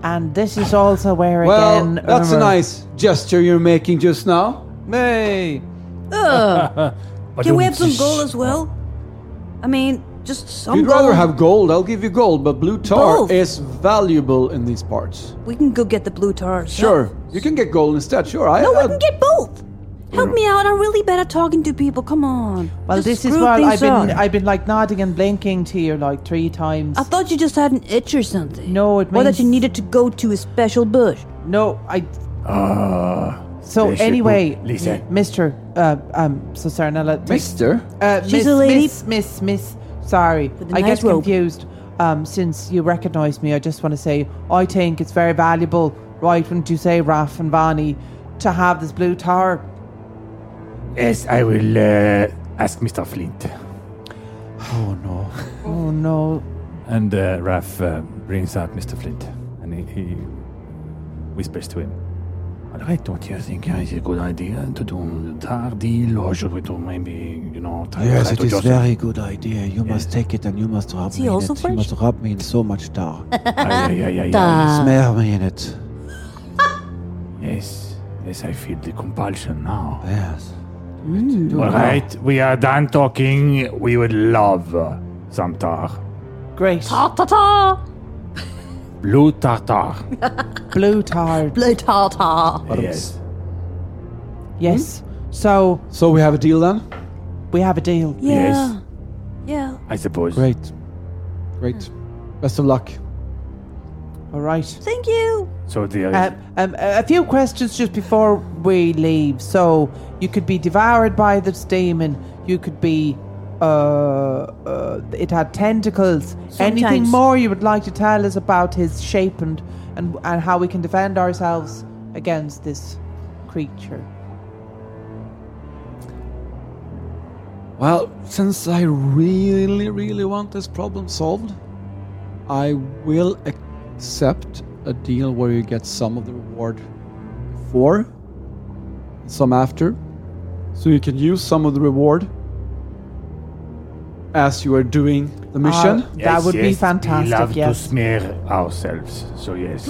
Speaker 5: And this is also where
Speaker 4: Well,
Speaker 5: again.
Speaker 4: that's a
Speaker 5: remember-
Speaker 4: nice gesture you're making just now. Hey.
Speaker 7: Ugh. Can we have some gold as well? I mean, just some
Speaker 4: You'd
Speaker 7: gold.
Speaker 4: rather have gold, I'll give you gold, but blue tar
Speaker 7: Both.
Speaker 4: is valuable in these parts.
Speaker 7: we can go get the blue tar.
Speaker 4: Sure, you can get gold instead, sure. I,
Speaker 7: No, we
Speaker 5: Uh,
Speaker 4: I-
Speaker 7: can get both. Help me out. I'm really bad at talking to people. Come on.
Speaker 5: Well,
Speaker 7: Just
Speaker 5: this is
Speaker 7: screw
Speaker 5: what
Speaker 7: things
Speaker 5: I've been.
Speaker 7: up.
Speaker 5: I've been like nodding and blinking to you like three times.
Speaker 7: I thought you just had an itch or something.
Speaker 5: No, it
Speaker 7: Or that
Speaker 5: means-
Speaker 7: you needed to go to a special bush.
Speaker 5: no, I.
Speaker 8: Uh,
Speaker 5: So
Speaker 8: they should
Speaker 5: anyway,
Speaker 8: put- Lisa,
Speaker 5: Mister, uh, um, so sorry, now let
Speaker 4: Mister?
Speaker 5: Uh,
Speaker 7: She's
Speaker 5: miss,
Speaker 7: a lady.
Speaker 5: Miss, miss, miss. Sorry,
Speaker 7: With a
Speaker 5: I get
Speaker 7: nice robe.
Speaker 5: confused. Um, since you recognise me, I just want to say I think it's very valuable, right? Wouldn't you say, Raf and Vani, to have this blue tower?
Speaker 8: yes, I will uh, ask Mr. Flint.
Speaker 4: Oh no.
Speaker 5: Oh no,
Speaker 2: And uh, Raf uh, brings out Mr. Flint and he, he whispers to him.
Speaker 8: All right, don't you think it's a good idea to do the tar deal, or should we do maybe, you know, try, try to just-
Speaker 4: good idea. You
Speaker 8: must
Speaker 4: take it and you must rub
Speaker 7: he me in also it. You French? Uh,
Speaker 4: must rub me in so much tar.
Speaker 8: Ah, yeah, yeah, yeah, yeah.
Speaker 4: Smear me in it.
Speaker 8: Yes, yes, I feel the compulsion now.
Speaker 4: Yes.
Speaker 8: All right, we are done talking. We would love uh, some tar.
Speaker 5: great
Speaker 8: Blue tartar.
Speaker 5: blue tower.
Speaker 7: Blue tartar.
Speaker 8: yes.
Speaker 5: Yes. So
Speaker 4: So we have a deal then?
Speaker 5: we have a deal.
Speaker 7: Yeah.
Speaker 8: Yes.
Speaker 7: Yeah.
Speaker 8: I suppose.
Speaker 4: Great. Great.
Speaker 7: Mm.
Speaker 4: Best of luck.
Speaker 5: All right.
Speaker 7: Thank you.
Speaker 8: So the
Speaker 5: Um, um, a a few questions just before we leave. So you could be devoured by this demon. You could be. Uh, uh, it had tentacles. Anything
Speaker 7: Sometimes.
Speaker 5: more you would like to tell us about his shape and, and and how we can defend ourselves against this creature?
Speaker 4: Well, since I really, really want this problem solved, I will accept a deal where you get some of the reward before, some after. So you can use some of the reward as you are doing the mission.
Speaker 5: Uh, that would be fantastic.
Speaker 8: We love
Speaker 5: yes.
Speaker 8: to smear ourselves. So yes.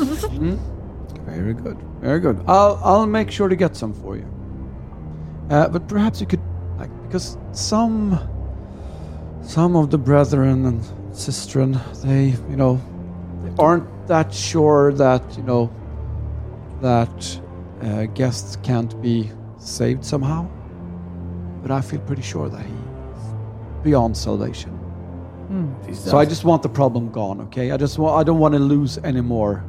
Speaker 4: Very good. Very good. I'll I'll make sure to get some for you. Uh, but perhaps you could, like, because some some of the brethren and sistren, they you know, they aren't that sure that you know that uh, guests can't be saved somehow. But I feel pretty sure that he is beyond salvation. So I just want the problem gone. Okay, I just want I don't want to lose any more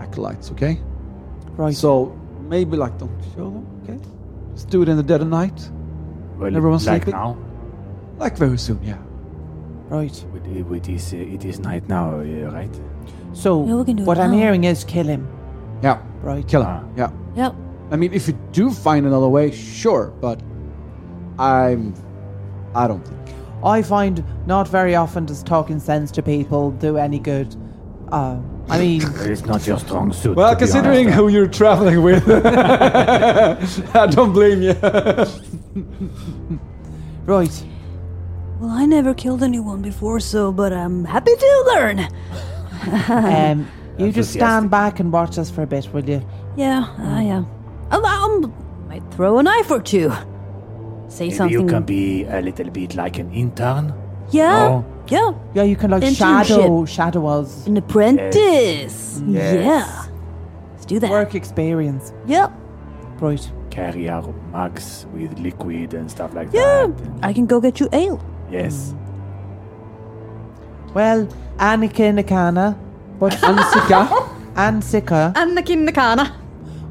Speaker 4: acolytes, okay?
Speaker 5: Right.
Speaker 4: So maybe like don't show them, okay? Just do it in the dead of night.
Speaker 8: well,
Speaker 4: everyone's
Speaker 8: like
Speaker 4: sleeping?
Speaker 8: now.
Speaker 4: Like very soon, yeah.
Speaker 5: right.
Speaker 8: It, it is uh, it is night now, uh, right?
Speaker 5: So
Speaker 7: Yeah, we can do
Speaker 5: what
Speaker 7: it
Speaker 5: I'm
Speaker 7: now.
Speaker 5: hearing is kill him.
Speaker 4: Yeah.
Speaker 5: Right.
Speaker 4: Kill him.
Speaker 8: Ah.
Speaker 4: Yeah.
Speaker 7: Yep.
Speaker 4: I mean if you do find another way, sure, but I'm I don't think.
Speaker 5: I find not very often does talking sense to people do any good. Uh, I mean,
Speaker 8: It's not your strong suit.
Speaker 4: Well,
Speaker 8: to be honest. uh,
Speaker 4: considering who you're traveling with, I don't blame you.
Speaker 5: right.
Speaker 7: Well, I never killed anyone before, so but I'm happy to learn.
Speaker 5: Um, you just stand
Speaker 8: Enthusiastic.
Speaker 5: back and watch us for a bit, will you?
Speaker 7: Yeah, I am. I'll, I'll- might throw a knife or two. Say
Speaker 8: Maybe
Speaker 7: something.
Speaker 8: you can be a little bit like an intern.
Speaker 7: yeah.
Speaker 8: Oh.
Speaker 7: Yeah.
Speaker 5: Yeah, you can like
Speaker 7: Internship.
Speaker 5: shadow shadow us.
Speaker 7: An apprentice.
Speaker 8: Yes.
Speaker 7: Yeah. Let's do that.
Speaker 5: Work experience.
Speaker 7: Yep.
Speaker 5: Right.
Speaker 8: Carry out mugs with liquid and stuff like
Speaker 7: Yeah.
Speaker 8: that. And
Speaker 7: I can go get you ale.
Speaker 8: yes.
Speaker 5: Well, Anakin Akana, but
Speaker 4: Ansika,
Speaker 5: and Sika,
Speaker 3: Anakin Nakana.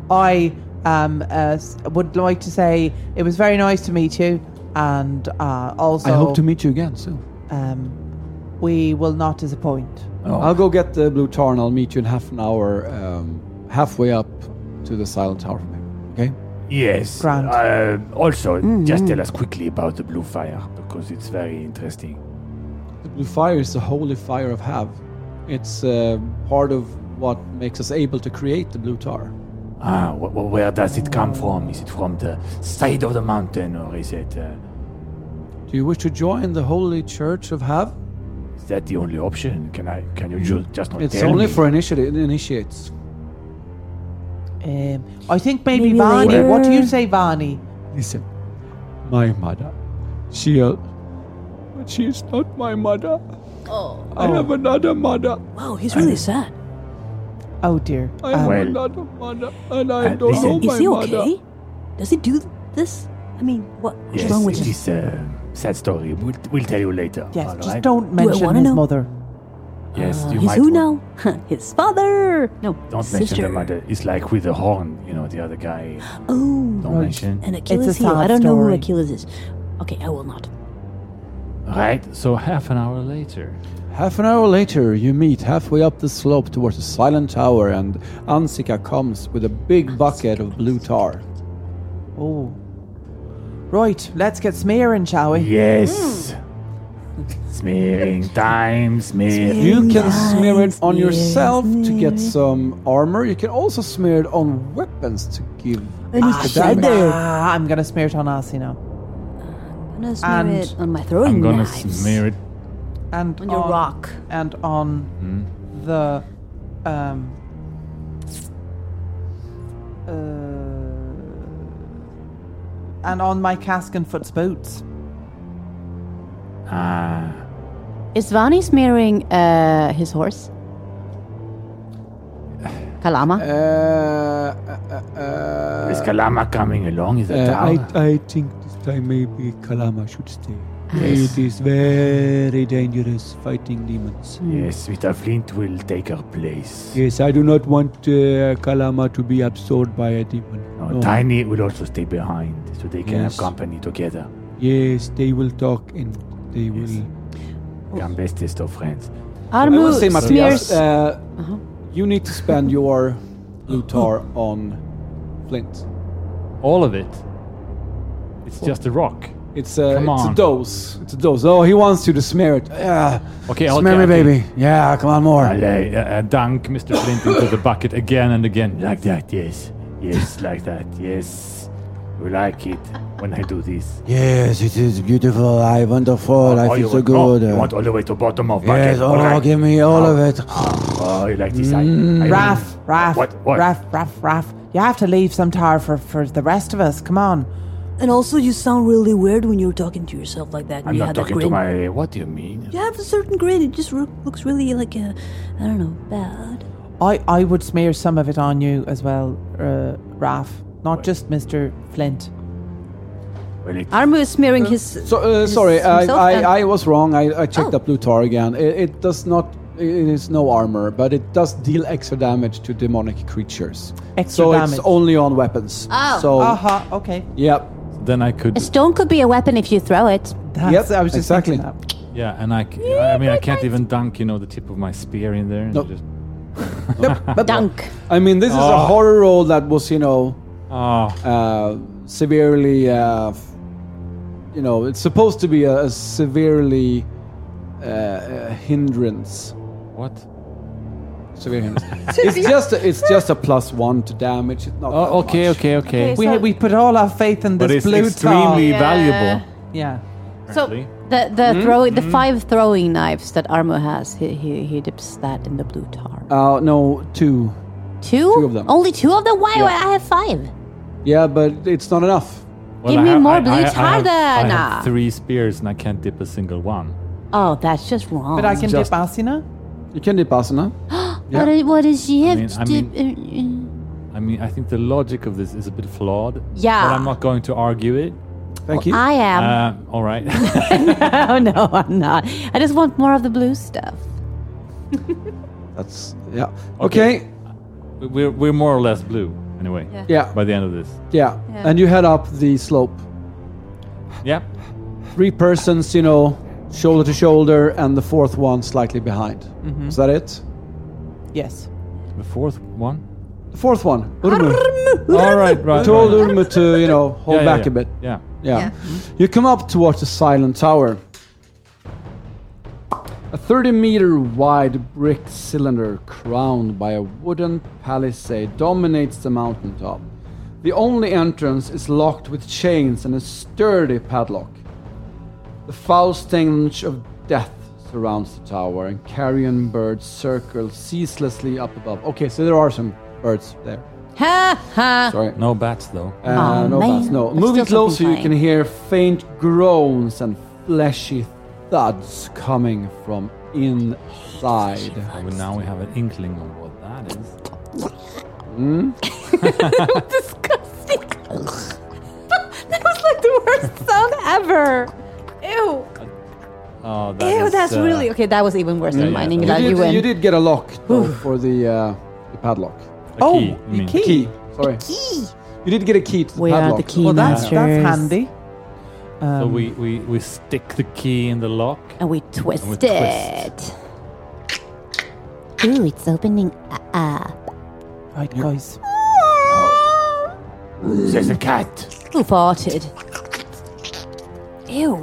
Speaker 5: I um uh, s- would like to say it was very nice to meet you, and uh, also
Speaker 4: I hope to meet you again soon.
Speaker 5: um, we will not disappoint.
Speaker 4: I'll go get the blue tar and I'll meet you in half an hour, um, halfway up to the silent tower. Okay?
Speaker 8: Yes.
Speaker 5: Grand.
Speaker 8: Uh, also,
Speaker 7: Mm-hmm.
Speaker 8: just tell us quickly about the blue fire because it's very interesting.
Speaker 4: The blue fire is the holy fire of Hav. It's uh, part of what makes us able to create the blue tar.
Speaker 8: Ah, wh- wh- where does it come from? Is it from the side of the mountain, or is it? Uh,
Speaker 4: Do you wish to join the holy church of Hav?
Speaker 8: is that the only option? Can I? Can you ju- just not
Speaker 4: It's
Speaker 8: tell
Speaker 4: only
Speaker 8: me?
Speaker 4: for initiati- initiates.
Speaker 5: Um, I think maybe,
Speaker 7: Maybe
Speaker 5: Vani. What do you
Speaker 7: later.
Speaker 5: say, Vani?
Speaker 4: Listen, my mother, she, uh, but she is not my mother. Oh. I have another mother.
Speaker 7: Wow, he's really sad.
Speaker 5: Oh dear.
Speaker 4: I have
Speaker 8: Well,
Speaker 4: another mother, and I
Speaker 8: uh,
Speaker 4: don't
Speaker 8: listen,
Speaker 4: know
Speaker 8: is
Speaker 4: my
Speaker 7: Is he
Speaker 4: mother.
Speaker 7: okay? Does he do this? I mean, what- what's
Speaker 8: Yes,
Speaker 7: wrong with
Speaker 8: it
Speaker 7: him?
Speaker 8: is a sad story. We'll, we'll tell you later.
Speaker 5: Yes,
Speaker 8: all
Speaker 5: just
Speaker 8: right?
Speaker 5: don't
Speaker 7: I
Speaker 5: mention
Speaker 7: wanna
Speaker 5: his
Speaker 7: know?
Speaker 5: mother.
Speaker 8: Yes, you
Speaker 7: Uh, He's
Speaker 8: might
Speaker 7: who
Speaker 8: want-
Speaker 7: now? His father. No,
Speaker 8: Don't mention
Speaker 7: sister.
Speaker 8: the mother. It's like with the horn, you know, the other guy.
Speaker 7: Oh,
Speaker 8: Don't mention.
Speaker 7: and Achilles heel.
Speaker 5: sad
Speaker 7: I don't know who
Speaker 5: story.
Speaker 7: Achilles is. Okay, I will not.
Speaker 8: Right?
Speaker 2: So half an hour later.
Speaker 4: Half an hour later, you meet halfway up the slope towards the silent tower, and Ansika comes with a big bucket of blue tar.
Speaker 5: Oh. Right, let's get smearing, shall we?
Speaker 8: Yes.
Speaker 7: Hmm.
Speaker 8: smearing time, smear.
Speaker 4: You can
Speaker 7: Nice,
Speaker 4: smear it on
Speaker 7: nice,
Speaker 4: yourself to get some armor. You can also smear it on weapons to give.
Speaker 7: And
Speaker 5: Ah,
Speaker 7: he's
Speaker 5: damn it.
Speaker 7: feather.
Speaker 5: Ah, I'm gonna smear it on us, you know.
Speaker 7: I'm gonna smear
Speaker 5: And-
Speaker 7: it on my throwing
Speaker 2: I'm gonna
Speaker 7: knives.
Speaker 2: smear it.
Speaker 5: And
Speaker 7: on your rock.
Speaker 5: And on
Speaker 8: Hmm?
Speaker 5: the um uh, and on my cask and foot's boots.
Speaker 8: Ah.
Speaker 3: Um, Is Vani smearing uh, his horse? Kalama?
Speaker 4: Uh, uh, uh, uh,
Speaker 8: Is Kalama coming along? Is that
Speaker 4: uh,
Speaker 8: how-
Speaker 4: I, I think this time maybe Kalama should stay. It is very dangerous fighting demons.
Speaker 8: Yes, Vita Flint will take her place.
Speaker 4: Yes, I do not want uh, Kalama to be absorbed by a demon.
Speaker 8: No,
Speaker 2: Oh.
Speaker 4: No.
Speaker 8: Tiny will also stay behind, so they can have
Speaker 4: Yes.
Speaker 8: company together.
Speaker 7: Oh.
Speaker 4: Yes, they will talk and they will.
Speaker 8: Come bestest of friends.
Speaker 4: I will say,
Speaker 6: Armu
Speaker 4: Matthias,
Speaker 6: smears.
Speaker 4: uh,
Speaker 6: Uh-huh.
Speaker 4: you need to spend your Lutar on Flint.
Speaker 2: All of it. It's just a rock.
Speaker 4: It's a,
Speaker 2: Come
Speaker 4: it's a
Speaker 2: on.
Speaker 4: dose. It's a dose. Oh, he wants you to smear it.
Speaker 1: Yeah.
Speaker 2: Okay, I'll
Speaker 1: Smear me, baby. Yeah, come on, more.
Speaker 8: I'll, uh, uh,
Speaker 2: Dunk Mr. Flint into the bucket again and again.
Speaker 8: Like that, yes. Yes, like that, yes. You like it when I do this.
Speaker 1: Yes, it is beautiful. I wonderful. I
Speaker 8: Oh, you
Speaker 1: feel so
Speaker 8: want- oh,
Speaker 1: good.
Speaker 8: you
Speaker 1: Uh,
Speaker 8: want all the way to bottom of bucket.
Speaker 1: yes, oh,
Speaker 8: all right.
Speaker 1: give me all of it. Mm,
Speaker 8: Oh, you like this? I- I,
Speaker 5: Raf, Raf,
Speaker 8: Hmm. What? What?
Speaker 5: Raf, Raf, Raf. You have to leave some tar for, for the rest of us. Come on.
Speaker 7: And also, you sound really weird when you're talking to yourself like that. and
Speaker 8: I'm
Speaker 7: you
Speaker 8: not
Speaker 7: have that
Speaker 8: talking to
Speaker 7: grin.
Speaker 8: my. What do you mean?
Speaker 7: You have a certain grin. It just re- looks really like a, I don't know, bad.
Speaker 5: I, I would smear some of it on you as well, uh, Raf. Not just Mr. Flint.
Speaker 8: Well, it,
Speaker 3: Armu is smearing his.
Speaker 4: So, uh, sorry, I,
Speaker 3: himself and-
Speaker 4: I, I was wrong. I, I checked
Speaker 3: Oh.
Speaker 4: up Lutar again. It, it does not. It is no armor, but it does deal extra damage to demonic creatures.
Speaker 5: Extra
Speaker 4: so
Speaker 5: damage.
Speaker 4: it's only on weapons.
Speaker 3: Oh.
Speaker 4: So,
Speaker 5: Uh
Speaker 2: Ah.
Speaker 5: huh. Okay.
Speaker 4: yep.
Speaker 2: Then I could.
Speaker 3: A stone could be a weapon if you throw it.
Speaker 5: That's,
Speaker 4: Yep,
Speaker 5: I was just
Speaker 4: exactly.
Speaker 5: thinking that.
Speaker 2: Yeah, and I. c- I mean, I can't even dunk, you know, the tip of my spear in there. And
Speaker 4: Nope.
Speaker 2: just,
Speaker 3: Dunk.
Speaker 4: I mean, this is a
Speaker 2: Oh.
Speaker 4: horror roll that was, you know,
Speaker 2: oh,
Speaker 4: uh, severely. Uh, f- you know, it's supposed to be a, a severely uh, uh, hindrance.
Speaker 2: what? Oh,
Speaker 4: Severe hindrance. it's just a, it's just a plus one to damage. It's not that
Speaker 2: Oh, okay,
Speaker 4: much.
Speaker 2: okay, okay.
Speaker 5: We, we put all our faith in this
Speaker 2: but it's
Speaker 5: blue
Speaker 2: extremely
Speaker 5: tar.
Speaker 2: valuable.
Speaker 5: Yeah.
Speaker 3: So
Speaker 2: Apparently. Hmm?
Speaker 3: the the throw the five throwing knives that Armu has, he, he he dips that in the blue tar.
Speaker 4: Uh, no, two.
Speaker 3: two?
Speaker 4: two of them.
Speaker 3: Only two of them? Why? I have five.
Speaker 4: Yeah, but it's not enough.
Speaker 2: Well,
Speaker 3: Give
Speaker 2: I
Speaker 3: me
Speaker 2: have-
Speaker 3: more
Speaker 2: I- I-
Speaker 3: blue
Speaker 2: I
Speaker 3: tar
Speaker 2: have- I
Speaker 3: then.
Speaker 2: have three spears and I can't dip a single one.
Speaker 3: Oh, that's just wrong.
Speaker 5: But I can dip
Speaker 2: just-
Speaker 5: Asina.
Speaker 4: You can dip Asana.
Speaker 3: What, is, what does she have
Speaker 2: mean-
Speaker 3: to
Speaker 2: I
Speaker 3: dip?
Speaker 2: I mean, I think the logic of this is a bit flawed.
Speaker 3: Yeah. Um.
Speaker 2: But I'm not going to argue it.
Speaker 4: Thank you.
Speaker 3: I am.
Speaker 2: Uh, all right.
Speaker 3: oh no, I'm not. I just want more of the blue stuff.
Speaker 4: That's yeah.
Speaker 2: Okay.
Speaker 4: Okay.
Speaker 2: we're, we're more or less blue, anyway,
Speaker 4: Yeah.
Speaker 2: by the end of this.
Speaker 4: yeah.
Speaker 3: Yeah.
Speaker 4: And you head up the slope.
Speaker 2: Yeah.
Speaker 4: Three persons, you know, shoulder to shoulder, and the fourth one slightly behind. Is that it?
Speaker 5: Yes.
Speaker 2: The fourth one.
Speaker 4: The fourth one. Urmu.
Speaker 2: all right, right.
Speaker 4: Told
Speaker 2: right.
Speaker 4: Urmu to you know hold
Speaker 2: Yeah, yeah,
Speaker 4: back a
Speaker 2: yeah.
Speaker 4: bit.
Speaker 2: Yeah.
Speaker 4: Yeah. Mm-hmm. You come up towards the silent tower. A 30 meter wide brick cylinder crowned by a wooden palisade dominates the mountaintop. The only entrance is locked with chains and a sturdy padlock. The foul stench of death surrounds the tower, and carrion birds circle ceaselessly up above. Okay, so there are some birds there.
Speaker 3: Ha ha.
Speaker 4: Sorry.
Speaker 2: No bats, though.
Speaker 4: Uh,
Speaker 3: Oh,
Speaker 4: no,
Speaker 3: man.
Speaker 4: bats, no.
Speaker 3: That's
Speaker 4: Moving
Speaker 3: still
Speaker 4: closer,
Speaker 3: something
Speaker 4: you
Speaker 3: flying.
Speaker 4: can hear faint groans and fleshy thuds coming from inside.
Speaker 2: Well, now we have an inkling of what that is.
Speaker 3: Disgusting. that was like the worst sound ever. Ew.
Speaker 2: Oh, that
Speaker 3: Ew,
Speaker 2: is,
Speaker 3: that's
Speaker 2: uh,
Speaker 3: really okay. That was even worse than
Speaker 2: yeah,
Speaker 3: mine.
Speaker 2: that
Speaker 3: Ingrid,
Speaker 2: was-
Speaker 3: you,
Speaker 4: You did,
Speaker 3: win.
Speaker 4: you did get a lock though, for the, uh, the padlock.
Speaker 2: a
Speaker 5: Oh,
Speaker 2: key,
Speaker 5: the
Speaker 2: you mean.
Speaker 5: key.
Speaker 4: Key. Sorry. You did get a key to the
Speaker 3: We are
Speaker 4: padlock.
Speaker 3: the key
Speaker 5: Well, that's,
Speaker 3: masters.
Speaker 5: that's handy.
Speaker 2: So
Speaker 4: Um.
Speaker 2: we, we, we stick the key in the lock.
Speaker 3: And we twist
Speaker 2: twist.
Speaker 3: it. Ooh, it's opening uh, up.
Speaker 5: Right, guys.
Speaker 8: there's a cat.
Speaker 3: Who farted? Ew.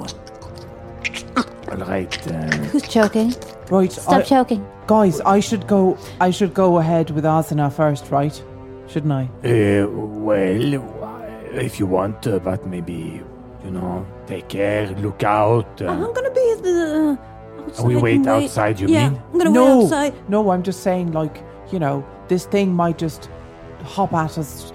Speaker 8: All right. Uh,
Speaker 3: Who's choking?
Speaker 5: Right.
Speaker 3: Stop
Speaker 5: I-
Speaker 3: choking.
Speaker 5: Guys, I should go. I should go ahead with Asina first, right? Shouldn't I?
Speaker 8: uh, well, uh, if you want, uh, but maybe, you know, take care, look out. Uh,
Speaker 5: Uh-huh.
Speaker 7: I'm gonna be at the. Uh, outside
Speaker 8: we
Speaker 7: and
Speaker 8: wait outside, you
Speaker 7: yeah,
Speaker 8: mean?
Speaker 7: I'm gonna
Speaker 5: no,
Speaker 7: wait outside.
Speaker 5: no. I'm just saying, like, you know, this thing might just hop at us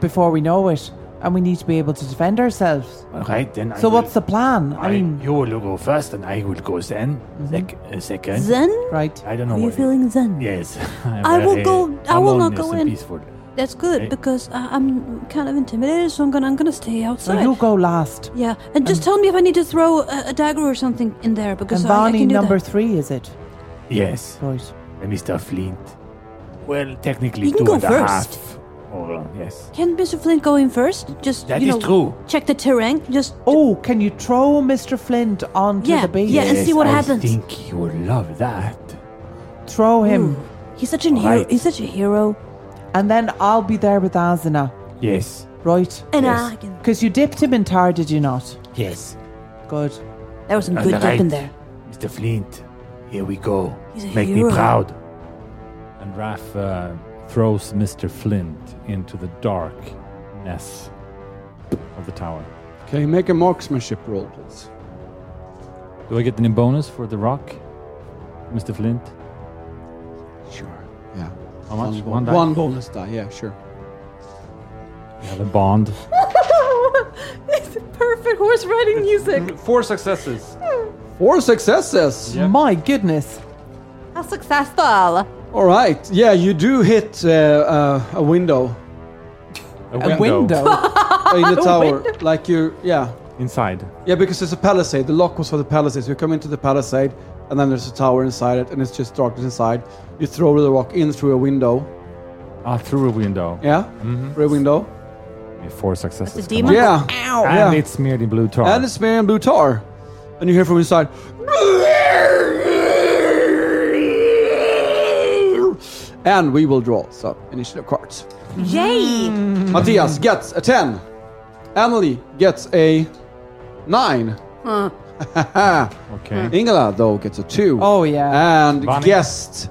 Speaker 5: before we know it, and we need to be able to defend ourselves.
Speaker 8: All right, then. I
Speaker 5: So
Speaker 8: will-
Speaker 5: what's the plan? I,
Speaker 8: I-
Speaker 5: mean, Mm-hmm.
Speaker 8: you will go first, and I will go then. Sec- uh, second.
Speaker 7: Zen?
Speaker 5: right?
Speaker 8: I don't know.
Speaker 7: Are you
Speaker 8: what-
Speaker 7: feeling zen?
Speaker 8: Yes.
Speaker 7: I will go- I will not
Speaker 8: Aloneness
Speaker 7: go
Speaker 8: and
Speaker 7: in.
Speaker 8: Peaceful.
Speaker 7: That's good
Speaker 8: Hey.
Speaker 7: because I, I'm kind of intimidated, so I'm gonna I'm gonna stay outside.
Speaker 5: So you go last.
Speaker 7: yeah, and just tell me if I need to throw a, a dagger or something in there because
Speaker 5: And
Speaker 7: I, I
Speaker 5: Barney
Speaker 7: can do
Speaker 5: number
Speaker 7: that.
Speaker 5: three, is it?
Speaker 8: Yes,
Speaker 5: Right.
Speaker 8: Mr. Flint. Well, technically
Speaker 7: You
Speaker 8: two
Speaker 7: can
Speaker 8: and
Speaker 7: go
Speaker 8: a half.
Speaker 7: first.
Speaker 8: Or, uh, yes.
Speaker 7: Can Mr. Flint go in first? Just
Speaker 8: that is
Speaker 7: you know,
Speaker 8: true.
Speaker 7: Check the terrain. Just
Speaker 5: Oh, can you throw Mr. Flint onto
Speaker 7: Yeah,
Speaker 5: the base?
Speaker 7: yeah, and
Speaker 8: Yes,
Speaker 7: see what
Speaker 8: I
Speaker 7: happens.
Speaker 8: think he would love that.
Speaker 5: Throw him,
Speaker 7: Ooh, he's such a hero.
Speaker 8: Right.
Speaker 7: He's such a hero.
Speaker 5: and then I'll be there with Azina,
Speaker 8: Yes.
Speaker 5: right?
Speaker 7: And ah,
Speaker 8: Yes.
Speaker 7: I can.
Speaker 5: Because you dipped him in tar, did you not?
Speaker 8: Yes.
Speaker 5: Good.
Speaker 7: That was some
Speaker 8: And
Speaker 7: good
Speaker 8: the
Speaker 7: dip in
Speaker 8: right.
Speaker 7: there.
Speaker 8: Mr. Flint, here we go.
Speaker 7: He's a
Speaker 8: Make
Speaker 7: hero.
Speaker 8: me proud.
Speaker 2: And Raph uh, throws Mr. Flint into the darkness of the tower.
Speaker 4: Okay, make a marksmanship roll, please.
Speaker 2: Do I get any bonus for the rock, Mr. Flint?
Speaker 4: Sure. Yeah.
Speaker 2: How much?
Speaker 4: bo-
Speaker 2: One die?
Speaker 4: one bonus die. Yeah, sure.
Speaker 2: You have a bond.
Speaker 3: Perfect horse riding music.
Speaker 2: Four successes.
Speaker 4: Four successes.
Speaker 5: My goodness.
Speaker 3: How successful.
Speaker 4: All right. Yeah, you do hit uh, uh, a window
Speaker 2: A window,
Speaker 4: in the tower. Like you, yeah,
Speaker 2: inside.
Speaker 4: yeah, because it's a palisade. The lock was for the palisades. You come into the palisade, and then there's a tower inside it, and it's just darkness inside. You throw the rock in through a window.
Speaker 2: Ah, through a window.
Speaker 4: Yeah, through a window.
Speaker 2: Yeah, Four successes.
Speaker 3: a
Speaker 2: come
Speaker 3: demon?
Speaker 2: on.
Speaker 4: Yeah,
Speaker 5: Oh,
Speaker 2: And
Speaker 4: yeah.
Speaker 2: it's smeared in blue tar.
Speaker 4: And it's Marion Blue Tar, and you hear from inside. And we will draw some initiative cards.
Speaker 3: Yay!
Speaker 4: Matthias gets a 10. Emily gets a 9.
Speaker 2: okay.
Speaker 4: Ingela, though, gets a 2.
Speaker 5: Oh, yeah.
Speaker 4: And
Speaker 2: Vani.
Speaker 4: Guest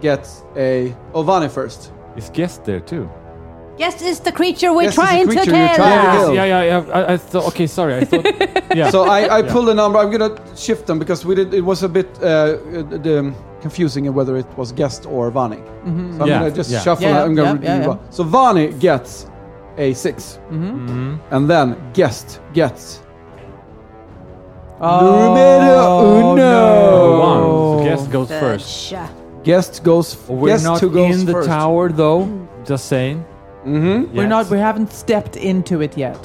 Speaker 4: gets a. Oh, Vani first.
Speaker 2: It's guest there too.
Speaker 3: Yes, it's the creature we're
Speaker 4: Yes, it's the
Speaker 3: trying
Speaker 4: creature
Speaker 3: to
Speaker 4: you're
Speaker 3: kill.
Speaker 4: trying to
Speaker 2: Yeah,
Speaker 4: kill.
Speaker 2: yeah, yeah. yeah. I, I thought. Okay, sorry. I thought. Yeah.
Speaker 4: Oh. So I, I pulled a number. I'm going to shift them because we did. It was a bit uh, uh, d- um, confusing whether it was Guest or Vani. So I'm
Speaker 2: Yeah,
Speaker 4: going to just
Speaker 2: yeah.
Speaker 4: shuffle.
Speaker 5: Yeah,
Speaker 4: I'm going to.
Speaker 5: yeah, yeah, yeah.
Speaker 4: So Vani gets a 6.
Speaker 2: Mhm.
Speaker 4: And then Guest gets.
Speaker 5: Oh,
Speaker 4: Numero uno.
Speaker 2: One. So guest goes first.
Speaker 3: Sha.
Speaker 4: Guest goes.
Speaker 2: We're
Speaker 4: Oh. guest
Speaker 2: not
Speaker 4: who goes
Speaker 2: in the
Speaker 4: first.
Speaker 2: tower though. Just saying.
Speaker 4: Mhm.
Speaker 5: We're
Speaker 2: Yes.
Speaker 5: not. We haven't stepped into it yet.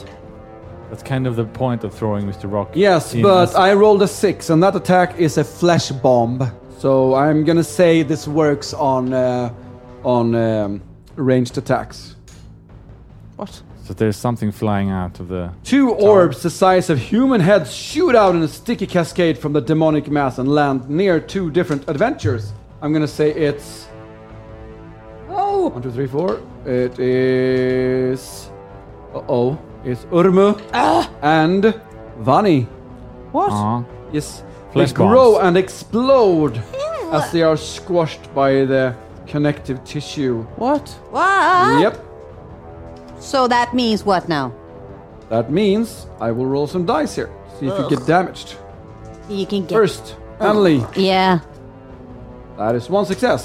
Speaker 2: That's kind of the point of throwing Mr. Rock.
Speaker 4: Yes,
Speaker 2: in
Speaker 4: but
Speaker 2: as-
Speaker 4: I rolled a six, and that attack is a flash bomb. So I'm gonna say this works on uh, on um, ranged attacks.
Speaker 5: What?
Speaker 2: so there's something flying out of the.
Speaker 4: Two orbs the size of human heads shoot out in a sticky cascade from the demonic mass and land near two different adventures. I'm gonna say it's
Speaker 3: Oh!
Speaker 4: one, two, three, four. It is uh oh, it's Urmu and Vani.
Speaker 5: What?
Speaker 2: Uh,
Speaker 4: Yes,
Speaker 2: Flesh
Speaker 4: they grow
Speaker 2: bombs.
Speaker 4: and explode as they are squashed by the connective tissue.
Speaker 5: What?
Speaker 3: What?
Speaker 4: Yep,
Speaker 3: So that means what now?
Speaker 4: that means I will roll some dice here. See if you get damaged.
Speaker 3: You can get.
Speaker 4: First, Emily,
Speaker 3: Yeah.
Speaker 4: that is one success.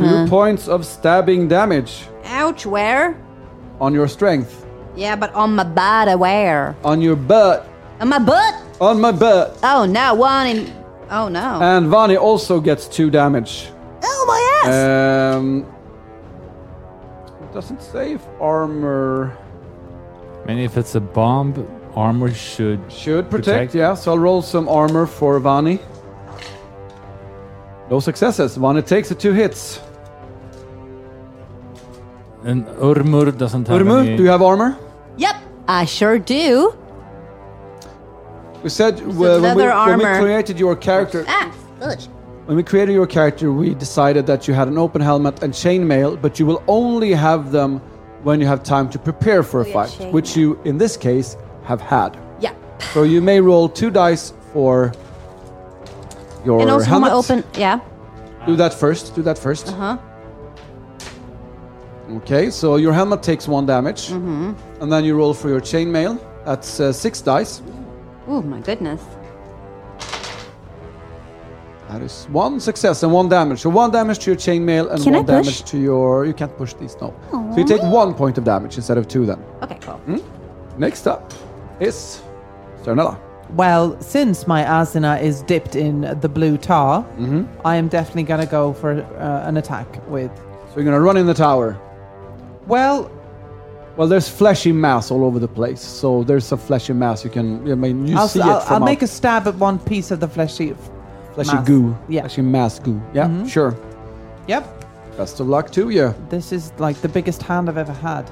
Speaker 4: Two points of stabbing damage
Speaker 3: Ouch, where?
Speaker 4: on your strength,
Speaker 3: Yeah, but on my body, where?
Speaker 4: on your butt,
Speaker 3: On my butt?
Speaker 4: on my butt.
Speaker 3: Oh no, one in. Oh no.
Speaker 4: And Vani also gets two damage.
Speaker 3: oh my ass!
Speaker 4: Um, it doesn't say if armor.
Speaker 2: I mean, if it's a bomb, armor should.
Speaker 4: Should protect,
Speaker 2: Protect.
Speaker 4: yeah. So I'll roll some armor for Vani. No successes. Vani takes the two hits.
Speaker 2: And Urmur doesn't have
Speaker 4: Urmu,
Speaker 2: any.
Speaker 4: do you have armor?
Speaker 3: yep, I sure do.
Speaker 4: We said uh, when, we,
Speaker 3: leather
Speaker 4: when we
Speaker 3: armor.
Speaker 4: created your character,
Speaker 3: Ah, fudge.
Speaker 4: when we created your character, we decided that you had an open helmet and chainmail, but you will only have them when you have time to prepare for a
Speaker 3: Oh, yeah,
Speaker 4: fight,
Speaker 3: chainmail.
Speaker 4: which you in this case have had.
Speaker 3: Yeah.
Speaker 4: So you may roll two dice for your
Speaker 3: and also
Speaker 4: helmet.
Speaker 3: my open. Yeah.
Speaker 4: Do that first. Do that first.
Speaker 5: Uh-huh.
Speaker 3: Uh huh.
Speaker 4: Okay, so your helmet takes one damage,
Speaker 5: Mm-hmm.
Speaker 4: and then you roll for your chainmail. That's uh, six dice.
Speaker 3: Oh my goodness.
Speaker 4: That is one success and one damage. So one damage to your chainmail and
Speaker 3: Can I
Speaker 4: one damage
Speaker 3: push?
Speaker 4: to your. You can't push these, no. So you take one point of damage instead of two. Then
Speaker 3: Okay, cool.
Speaker 4: next up is Sternella.
Speaker 5: Well, since my asina is dipped in the blue
Speaker 4: Mm-hmm.
Speaker 5: tar, I am definitely gonna go for uh, an attack with.
Speaker 4: So you're gonna run in the tower.
Speaker 5: Well,
Speaker 4: Well, there's fleshy mass all over the place, so there's a fleshy mass you can. I mean, you
Speaker 5: I'll,
Speaker 4: see
Speaker 5: I'll,
Speaker 4: it from
Speaker 5: I'll
Speaker 4: out-
Speaker 5: make a stab at one piece of the e-, fleshy.
Speaker 4: fleshy
Speaker 5: mass.
Speaker 4: goo,
Speaker 5: Yeah.
Speaker 4: fleshy mass goo. Yeah,
Speaker 5: Mhm.
Speaker 4: sure.
Speaker 5: Yep.
Speaker 4: Best of luck to you.
Speaker 5: This is like the biggest hand I've ever had.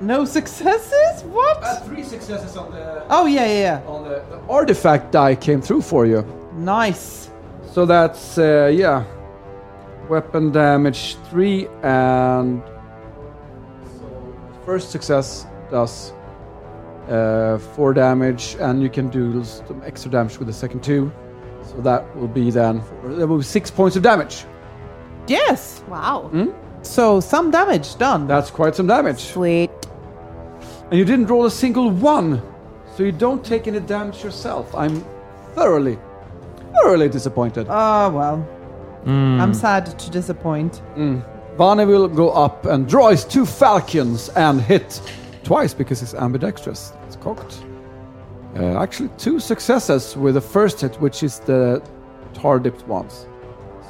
Speaker 5: No successes? What?
Speaker 4: Uh, three successes on the
Speaker 5: Oh, yeah, yeah,
Speaker 4: on the, the artifact die came through for you.
Speaker 5: yeah. Nice.
Speaker 4: So that's uh, yeah, weapon damage three and so the first success does uh, four damage, and you can do some extra damage with the second two. So that will be then there will be six points of damage.
Speaker 5: Yes.
Speaker 3: Wow.
Speaker 5: So some damage done.
Speaker 4: That's quite some damage,
Speaker 3: Sweet.
Speaker 4: and you didn't roll a single one, so you don't take any damage yourself. I'm thoroughly, thoroughly disappointed.
Speaker 5: Ah, well. I'm sad to disappoint.
Speaker 4: Vane will go up and draw his two falcons and hit twice because he's ambidextrous. It's cocked. Uh, actually, two successes with the first hit, which is the tar dipped ones.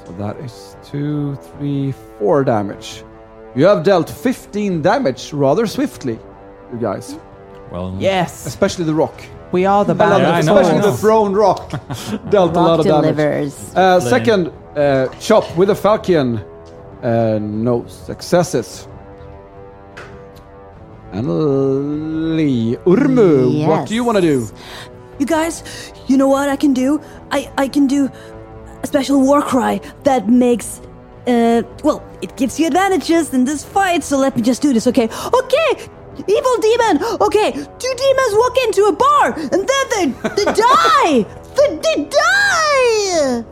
Speaker 4: So that is two, three, four damage. You have dealt 15 damage rather swiftly, you guys.
Speaker 2: Well,
Speaker 5: Yes.
Speaker 4: Especially the rock.
Speaker 5: We are the
Speaker 4: Well,
Speaker 5: band.
Speaker 2: Yeah, I know,
Speaker 4: especially
Speaker 2: I know.
Speaker 4: the thrown rock dealt a lot of damage.
Speaker 3: delivers.
Speaker 4: Uh, second uh, chop with a falcon. Uh, no successes. And Lee Urmu, what do you want to do?
Speaker 7: You guys, you know what I can do? I, I can do a special war cry that makes. Uh, well, it gives you advantages in this fight, so let me just do this, okay? Okay! Evil demon! Okay, two demons walk into a bar and then they, they die! They, they die!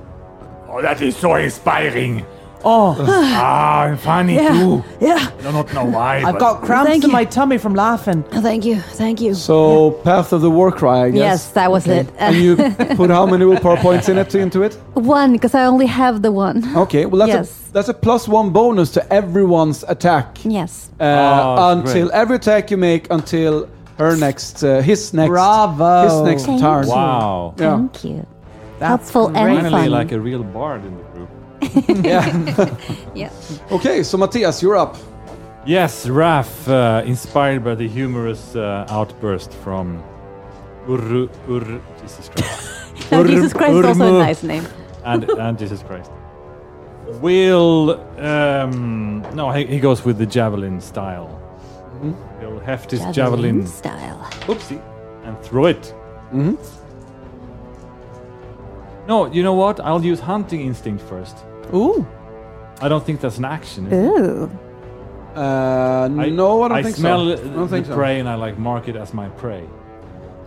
Speaker 8: Oh, that is so inspiring.
Speaker 5: Oh,
Speaker 8: Ah, I'm funny
Speaker 7: Yeah,
Speaker 8: too.
Speaker 7: yeah.
Speaker 8: I do not know why.
Speaker 5: I've
Speaker 8: but-
Speaker 5: got cramps
Speaker 7: Thank
Speaker 5: in
Speaker 7: you.
Speaker 5: my tummy from laughing.
Speaker 7: Thank you, thank you.
Speaker 4: So, Path of the War Cry, I
Speaker 3: Yes,
Speaker 4: guess.
Speaker 3: that was it. Uh,
Speaker 4: and you put how many willpower points in it, into it?
Speaker 3: one, because I only have the one.
Speaker 4: Okay, well, that's,
Speaker 3: Yes.
Speaker 4: a, that's a plus one bonus to everyone's attack uh,
Speaker 3: Yes.
Speaker 1: Ah,
Speaker 2: Oh,
Speaker 4: until
Speaker 2: great.
Speaker 4: every attack you make until her next, uh, his next,
Speaker 5: Bravo.
Speaker 4: his next
Speaker 3: Thank
Speaker 4: turn.
Speaker 3: you.
Speaker 2: wow.
Speaker 4: Yeah.
Speaker 3: Thank you.
Speaker 5: That's
Speaker 3: Helpful and
Speaker 5: great.
Speaker 3: fun.
Speaker 2: Finally, like a real bard in the group.
Speaker 4: Yeah.
Speaker 3: Yeah.
Speaker 4: okay, so Matthias, you're up.
Speaker 2: Yes, Raf, uh, inspired by the humorous uh, outburst from Ur, Ur, Jesus Christ,
Speaker 3: No, Oh, Jesus Christ is also
Speaker 2: Urmu.
Speaker 3: a nice name.
Speaker 2: and, and Jesus Christ, will um, no, he, he goes with the javelin style. He'll heft his javelin,
Speaker 3: style.
Speaker 2: oopsie, and throw it. Mm-hmm. No, you know what? I'll use hunting instinct first.
Speaker 5: Ooh.
Speaker 2: I don't think that's an action. is it?
Speaker 3: Ooh.
Speaker 4: Uh, no, I don't think
Speaker 2: smell
Speaker 4: so.
Speaker 2: the-
Speaker 4: I don't think
Speaker 2: the
Speaker 4: so.
Speaker 2: prey, and I like mark it as my prey.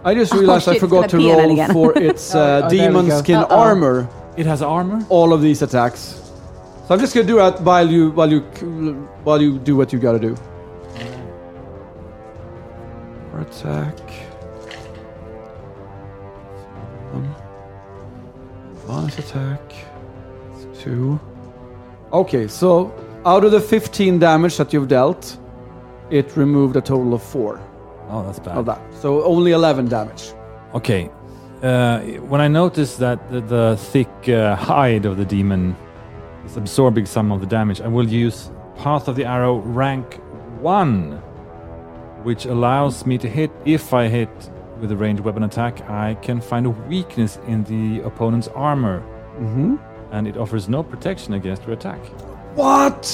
Speaker 4: I just realized I
Speaker 3: shit,
Speaker 4: forgot
Speaker 3: it's
Speaker 4: to
Speaker 3: gonna be an
Speaker 4: roll
Speaker 3: alien.
Speaker 4: for its uh,
Speaker 5: oh, there we
Speaker 4: demon
Speaker 5: go.
Speaker 4: skin
Speaker 3: Uh-oh.
Speaker 4: armor.
Speaker 2: It has armor.
Speaker 4: All of these attacks. So I'm just gonna do that while you while you c- while you do what you gotta do. For attack. Um, bonus attack. It's two. Okay, so out of the 15 damage that you've dealt, it removed a total of four
Speaker 2: Oh, that's bad.
Speaker 4: of that. So only 11 damage.
Speaker 2: Okay. Uh, when I notice that the, the thick uh, hide of the demon is absorbing some of the damage, I will use Path of the Arrow rank 1, which allows me to hit. If I hit with a ranged weapon attack, I can find a weakness in the opponent's armor. Mm-hmm. And it offers no protection against your attack
Speaker 4: What?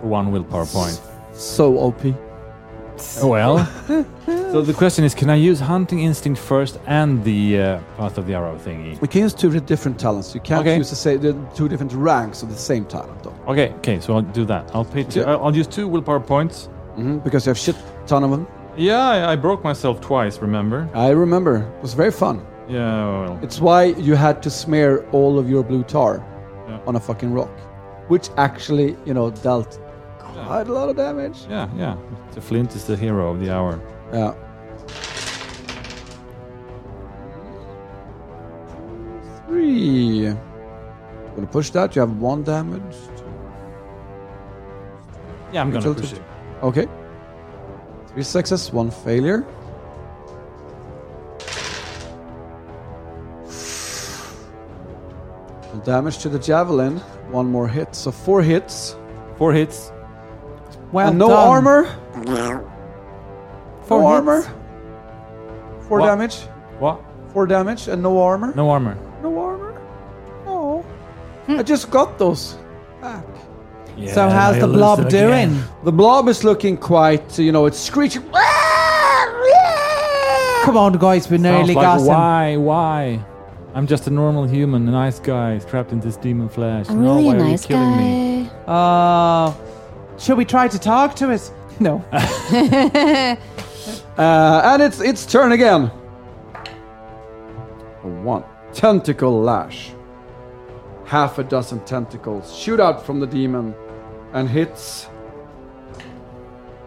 Speaker 2: for one willpower point.
Speaker 4: So OP.
Speaker 2: Well, so the question is can I use Hunting Instinct first and the uh, Path of the Arrow thingy?
Speaker 4: We can use two different talents. You can't
Speaker 2: Okay.
Speaker 4: use the, sa- the two different ranks of the same talent, though,
Speaker 2: Okay, okay, so I'll do that. I'll pay two.
Speaker 4: Yeah.
Speaker 2: I'll I'll use two willpower points.
Speaker 4: hmm because you have shit ton of them.
Speaker 2: Yeah, I, I broke myself twice. Remember?
Speaker 4: I remember. It was very fun.
Speaker 2: Yeah. Well,
Speaker 4: It's why you had to smear all of your blue tar
Speaker 2: Yeah.
Speaker 4: on a fucking rock, which actually, you know, dealt quite a lot of damage.
Speaker 2: yeah, yeah. The Flint is the hero of the hour.
Speaker 4: Yeah. Three. Gonna push that. You have one damage.
Speaker 2: Yeah, I'm gonna
Speaker 4: Tilted.
Speaker 2: push it.
Speaker 4: Okay. Three success, one failure. Damage to the javelin, one more hit. So four hits
Speaker 2: Four hits.
Speaker 5: Well
Speaker 4: and no
Speaker 5: done.
Speaker 4: armor.
Speaker 5: Four
Speaker 4: no
Speaker 5: hits.
Speaker 4: armor. Four
Speaker 2: What?
Speaker 4: damage.
Speaker 2: What?
Speaker 4: Four damage and no armor.
Speaker 2: No armor.
Speaker 4: No armor. No. I just got those back.
Speaker 5: So how's the blob doing?
Speaker 4: The blob is looking quite, you know, it's screeching.
Speaker 5: Come on, guys, we
Speaker 2: Sounds
Speaker 5: nearly
Speaker 2: like,
Speaker 5: got him.
Speaker 2: Why? Why? I'm just a normal human, a nice guy trapped in this demon flesh.
Speaker 3: I'm
Speaker 2: no,
Speaker 3: really
Speaker 2: why
Speaker 3: a
Speaker 2: are you
Speaker 3: nice
Speaker 2: killing me?
Speaker 3: guy.
Speaker 5: Uh, should we try to talk to it? No.
Speaker 4: Uh, and it's its turn again. A one. Tentacle lash. Half a dozen tentacles shoot out from the demon and hits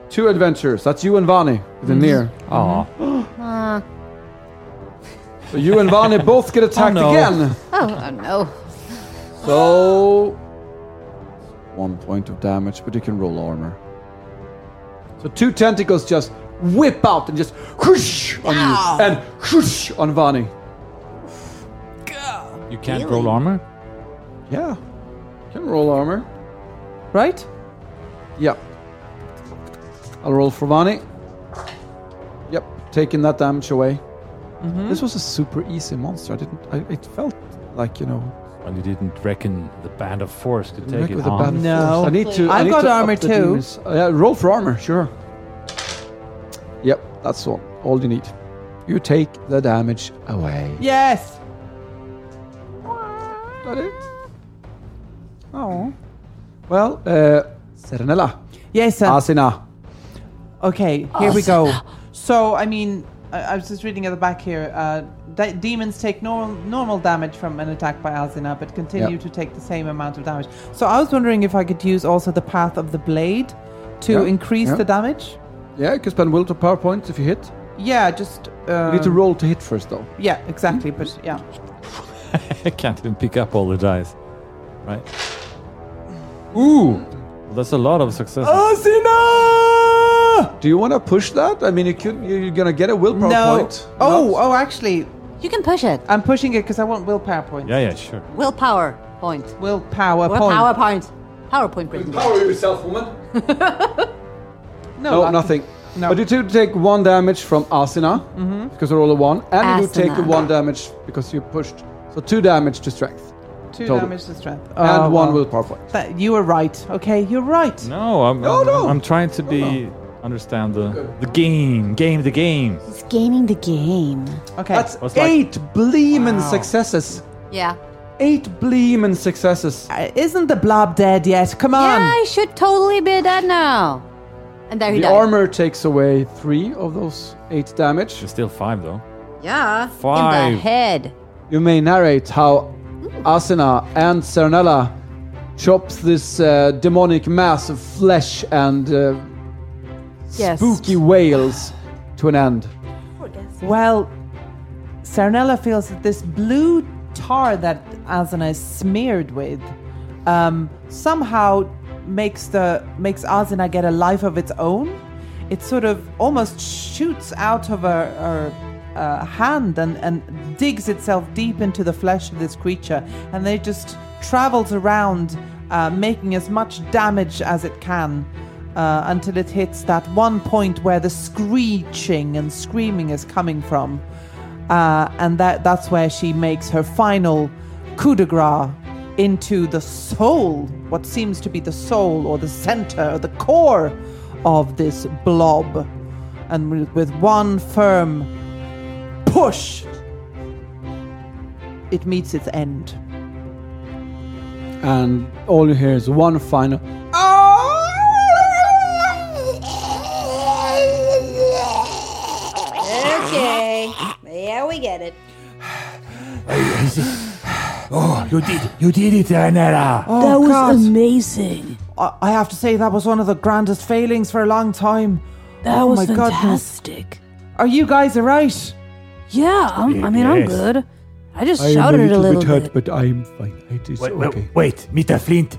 Speaker 4: two adventurers. That's you and Vani with a near.
Speaker 2: Aw.
Speaker 3: Uh,
Speaker 4: So you and Vani both get attacked
Speaker 2: no.
Speaker 4: again.
Speaker 3: oh, oh no.
Speaker 4: So one point of damage, but you can roll armor. So two tentacles just whip out and just whoosh on you and whoosh on Vani.
Speaker 2: You can't roll armor?
Speaker 4: Yeah. Can roll armor.
Speaker 5: right?
Speaker 4: Yep. I'll roll for Vani. Yep, taking that damage away. This was a super easy monster. I didn't. I, it felt like you know.
Speaker 2: Well, you didn't reckon the band of force could
Speaker 4: wreck
Speaker 2: take it
Speaker 4: with a bad
Speaker 2: on.
Speaker 5: No.
Speaker 4: force. I need to. I
Speaker 5: I've
Speaker 4: need
Speaker 5: got
Speaker 4: to up
Speaker 5: armor
Speaker 4: the
Speaker 5: too.
Speaker 4: demons. Uh, yeah, roll for armor. Sure. Yep, that's all. All you need. You take the damage away.
Speaker 5: Yes.
Speaker 4: That it. Oh. Well, uh, Serenella,
Speaker 5: Yes, sir.
Speaker 4: Asina.
Speaker 5: Okay, here
Speaker 4: Oh.
Speaker 5: we go. So, I mean, I, I was just reading at the back here. Uh, de- demons take normal normal damage from an attack by Alzina, but continue
Speaker 4: Yep.
Speaker 5: to take the same amount of damage. So, I was wondering if I could use also the path of the blade to
Speaker 4: Yeah,
Speaker 5: increase
Speaker 4: yeah.
Speaker 5: the damage.
Speaker 4: Yeah, you can spend will to power points if you hit.
Speaker 5: Yeah, just uh,
Speaker 4: You need to roll to hit first, though.
Speaker 5: Yeah, exactly. But yeah,
Speaker 2: I can't even pick up all the dice. Right?
Speaker 4: Ooh. Uh,
Speaker 2: Well, that's a lot of success.
Speaker 4: Do you want to push that? I mean, you could. you- You're gonna get a willpower
Speaker 5: no.
Speaker 4: point.
Speaker 5: Oh,
Speaker 4: Not-
Speaker 5: oh, actually,
Speaker 3: You can push it.
Speaker 5: I'm pushing it because I want willpower points.
Speaker 2: Yeah, yeah, sure.
Speaker 3: Willpower point.
Speaker 5: Willpower
Speaker 3: Or
Speaker 5: point.
Speaker 3: PowerPoint. PowerPoint written.
Speaker 4: Power yourself, woman.
Speaker 5: No,
Speaker 4: No, Mm-hmm.
Speaker 5: luck.
Speaker 4: Oh, nothing.
Speaker 5: No.
Speaker 4: But you do take one damage from Asina because I roll a one, and you do take
Speaker 3: Asina.
Speaker 4: one damage because you pushed. So two damage to strength,
Speaker 5: Two
Speaker 4: total.
Speaker 5: damage to strength.
Speaker 4: and
Speaker 5: Oh,
Speaker 4: one
Speaker 5: well.
Speaker 4: willpower point.
Speaker 5: That- you were right. Okay, you're right.
Speaker 2: No, I'm,
Speaker 4: No,
Speaker 2: I'm,
Speaker 4: no.
Speaker 2: I'm trying to be. Understand the, the game. Game the game.
Speaker 3: He's gaming the game.
Speaker 5: Okay.
Speaker 4: That's
Speaker 2: What's like-
Speaker 4: eight bleemin'
Speaker 5: Wow.
Speaker 4: successes.
Speaker 3: Yeah.
Speaker 4: Eight bleemin' successes.
Speaker 5: Uh, isn't the blob dead yet? Come on.
Speaker 3: Yeah, I should totally be dead now. And there he
Speaker 4: The
Speaker 3: died.
Speaker 4: armor takes away three of those eight damage.
Speaker 2: There's still five, though.
Speaker 3: Yeah. In
Speaker 2: Five.
Speaker 3: the head.
Speaker 4: You may narrate how Asina and Cernella chops this uh, demonic mass of flesh and uh,
Speaker 3: Yes.
Speaker 4: spooky wails to an end.
Speaker 5: Well, Sarnella feels that this blue tar that Azana is smeared with um, somehow makes the makes Azana get a life of its own. It sort of almost shoots out of her, her uh, hand and, and digs itself deep into the flesh of this creature, and then it just travels around, uh, making as much damage as it can uh, until it hits that one point where the screeching and screaming is coming from. Uh, and that, that's where she makes her final coup de grace into the soul, what seems to be the soul or the center, or the core of this blob. And with- with one firm push, it meets its end.
Speaker 4: And all you hear is one final.
Speaker 7: Okay. Yeah, we get it.
Speaker 8: Oh, you did, you did it, Renera.
Speaker 5: Oh,
Speaker 7: that was amazing.
Speaker 5: I I have to say that was one of the grandest failings for a long time.
Speaker 7: That
Speaker 5: Oh
Speaker 7: was
Speaker 5: my goodness.
Speaker 7: fantastic.
Speaker 5: Are you guys alright?
Speaker 7: Yeah, I'm, I mean, I'm
Speaker 8: Yes.
Speaker 7: good. I just shouted a little bit.
Speaker 4: but I'm fine. It is
Speaker 8: Wait, wait, wait, Mr. Flint.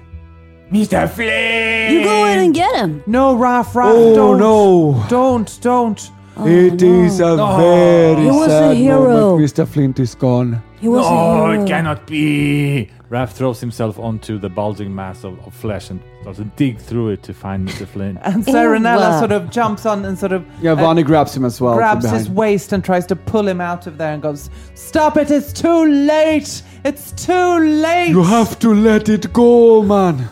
Speaker 8: Mr. Flint!
Speaker 7: You go in and get him.
Speaker 5: No, Raph, Raph,
Speaker 4: Oh,
Speaker 5: don't.
Speaker 4: no.
Speaker 5: Don't, don't.
Speaker 4: It is a very
Speaker 7: Oh, He was a
Speaker 4: sad
Speaker 7: hero.
Speaker 4: moment. Mr. Flint is gone.
Speaker 7: He was a
Speaker 8: Oh,
Speaker 7: hero.
Speaker 8: it cannot be.
Speaker 2: Raph throws himself onto the bulging mass of, of flesh and starts to dig through it to find Mr. Flynn.
Speaker 5: And Serenella
Speaker 3: wow.
Speaker 5: sort of jumps on and sort of
Speaker 4: Yeah,
Speaker 5: uh,
Speaker 4: Vani grabs him as well. from
Speaker 5: grabs his
Speaker 4: behind.
Speaker 5: waist and tries to pull him out of there and goes, Stop it, it's too late! It's too late!
Speaker 4: You have to let it go, man.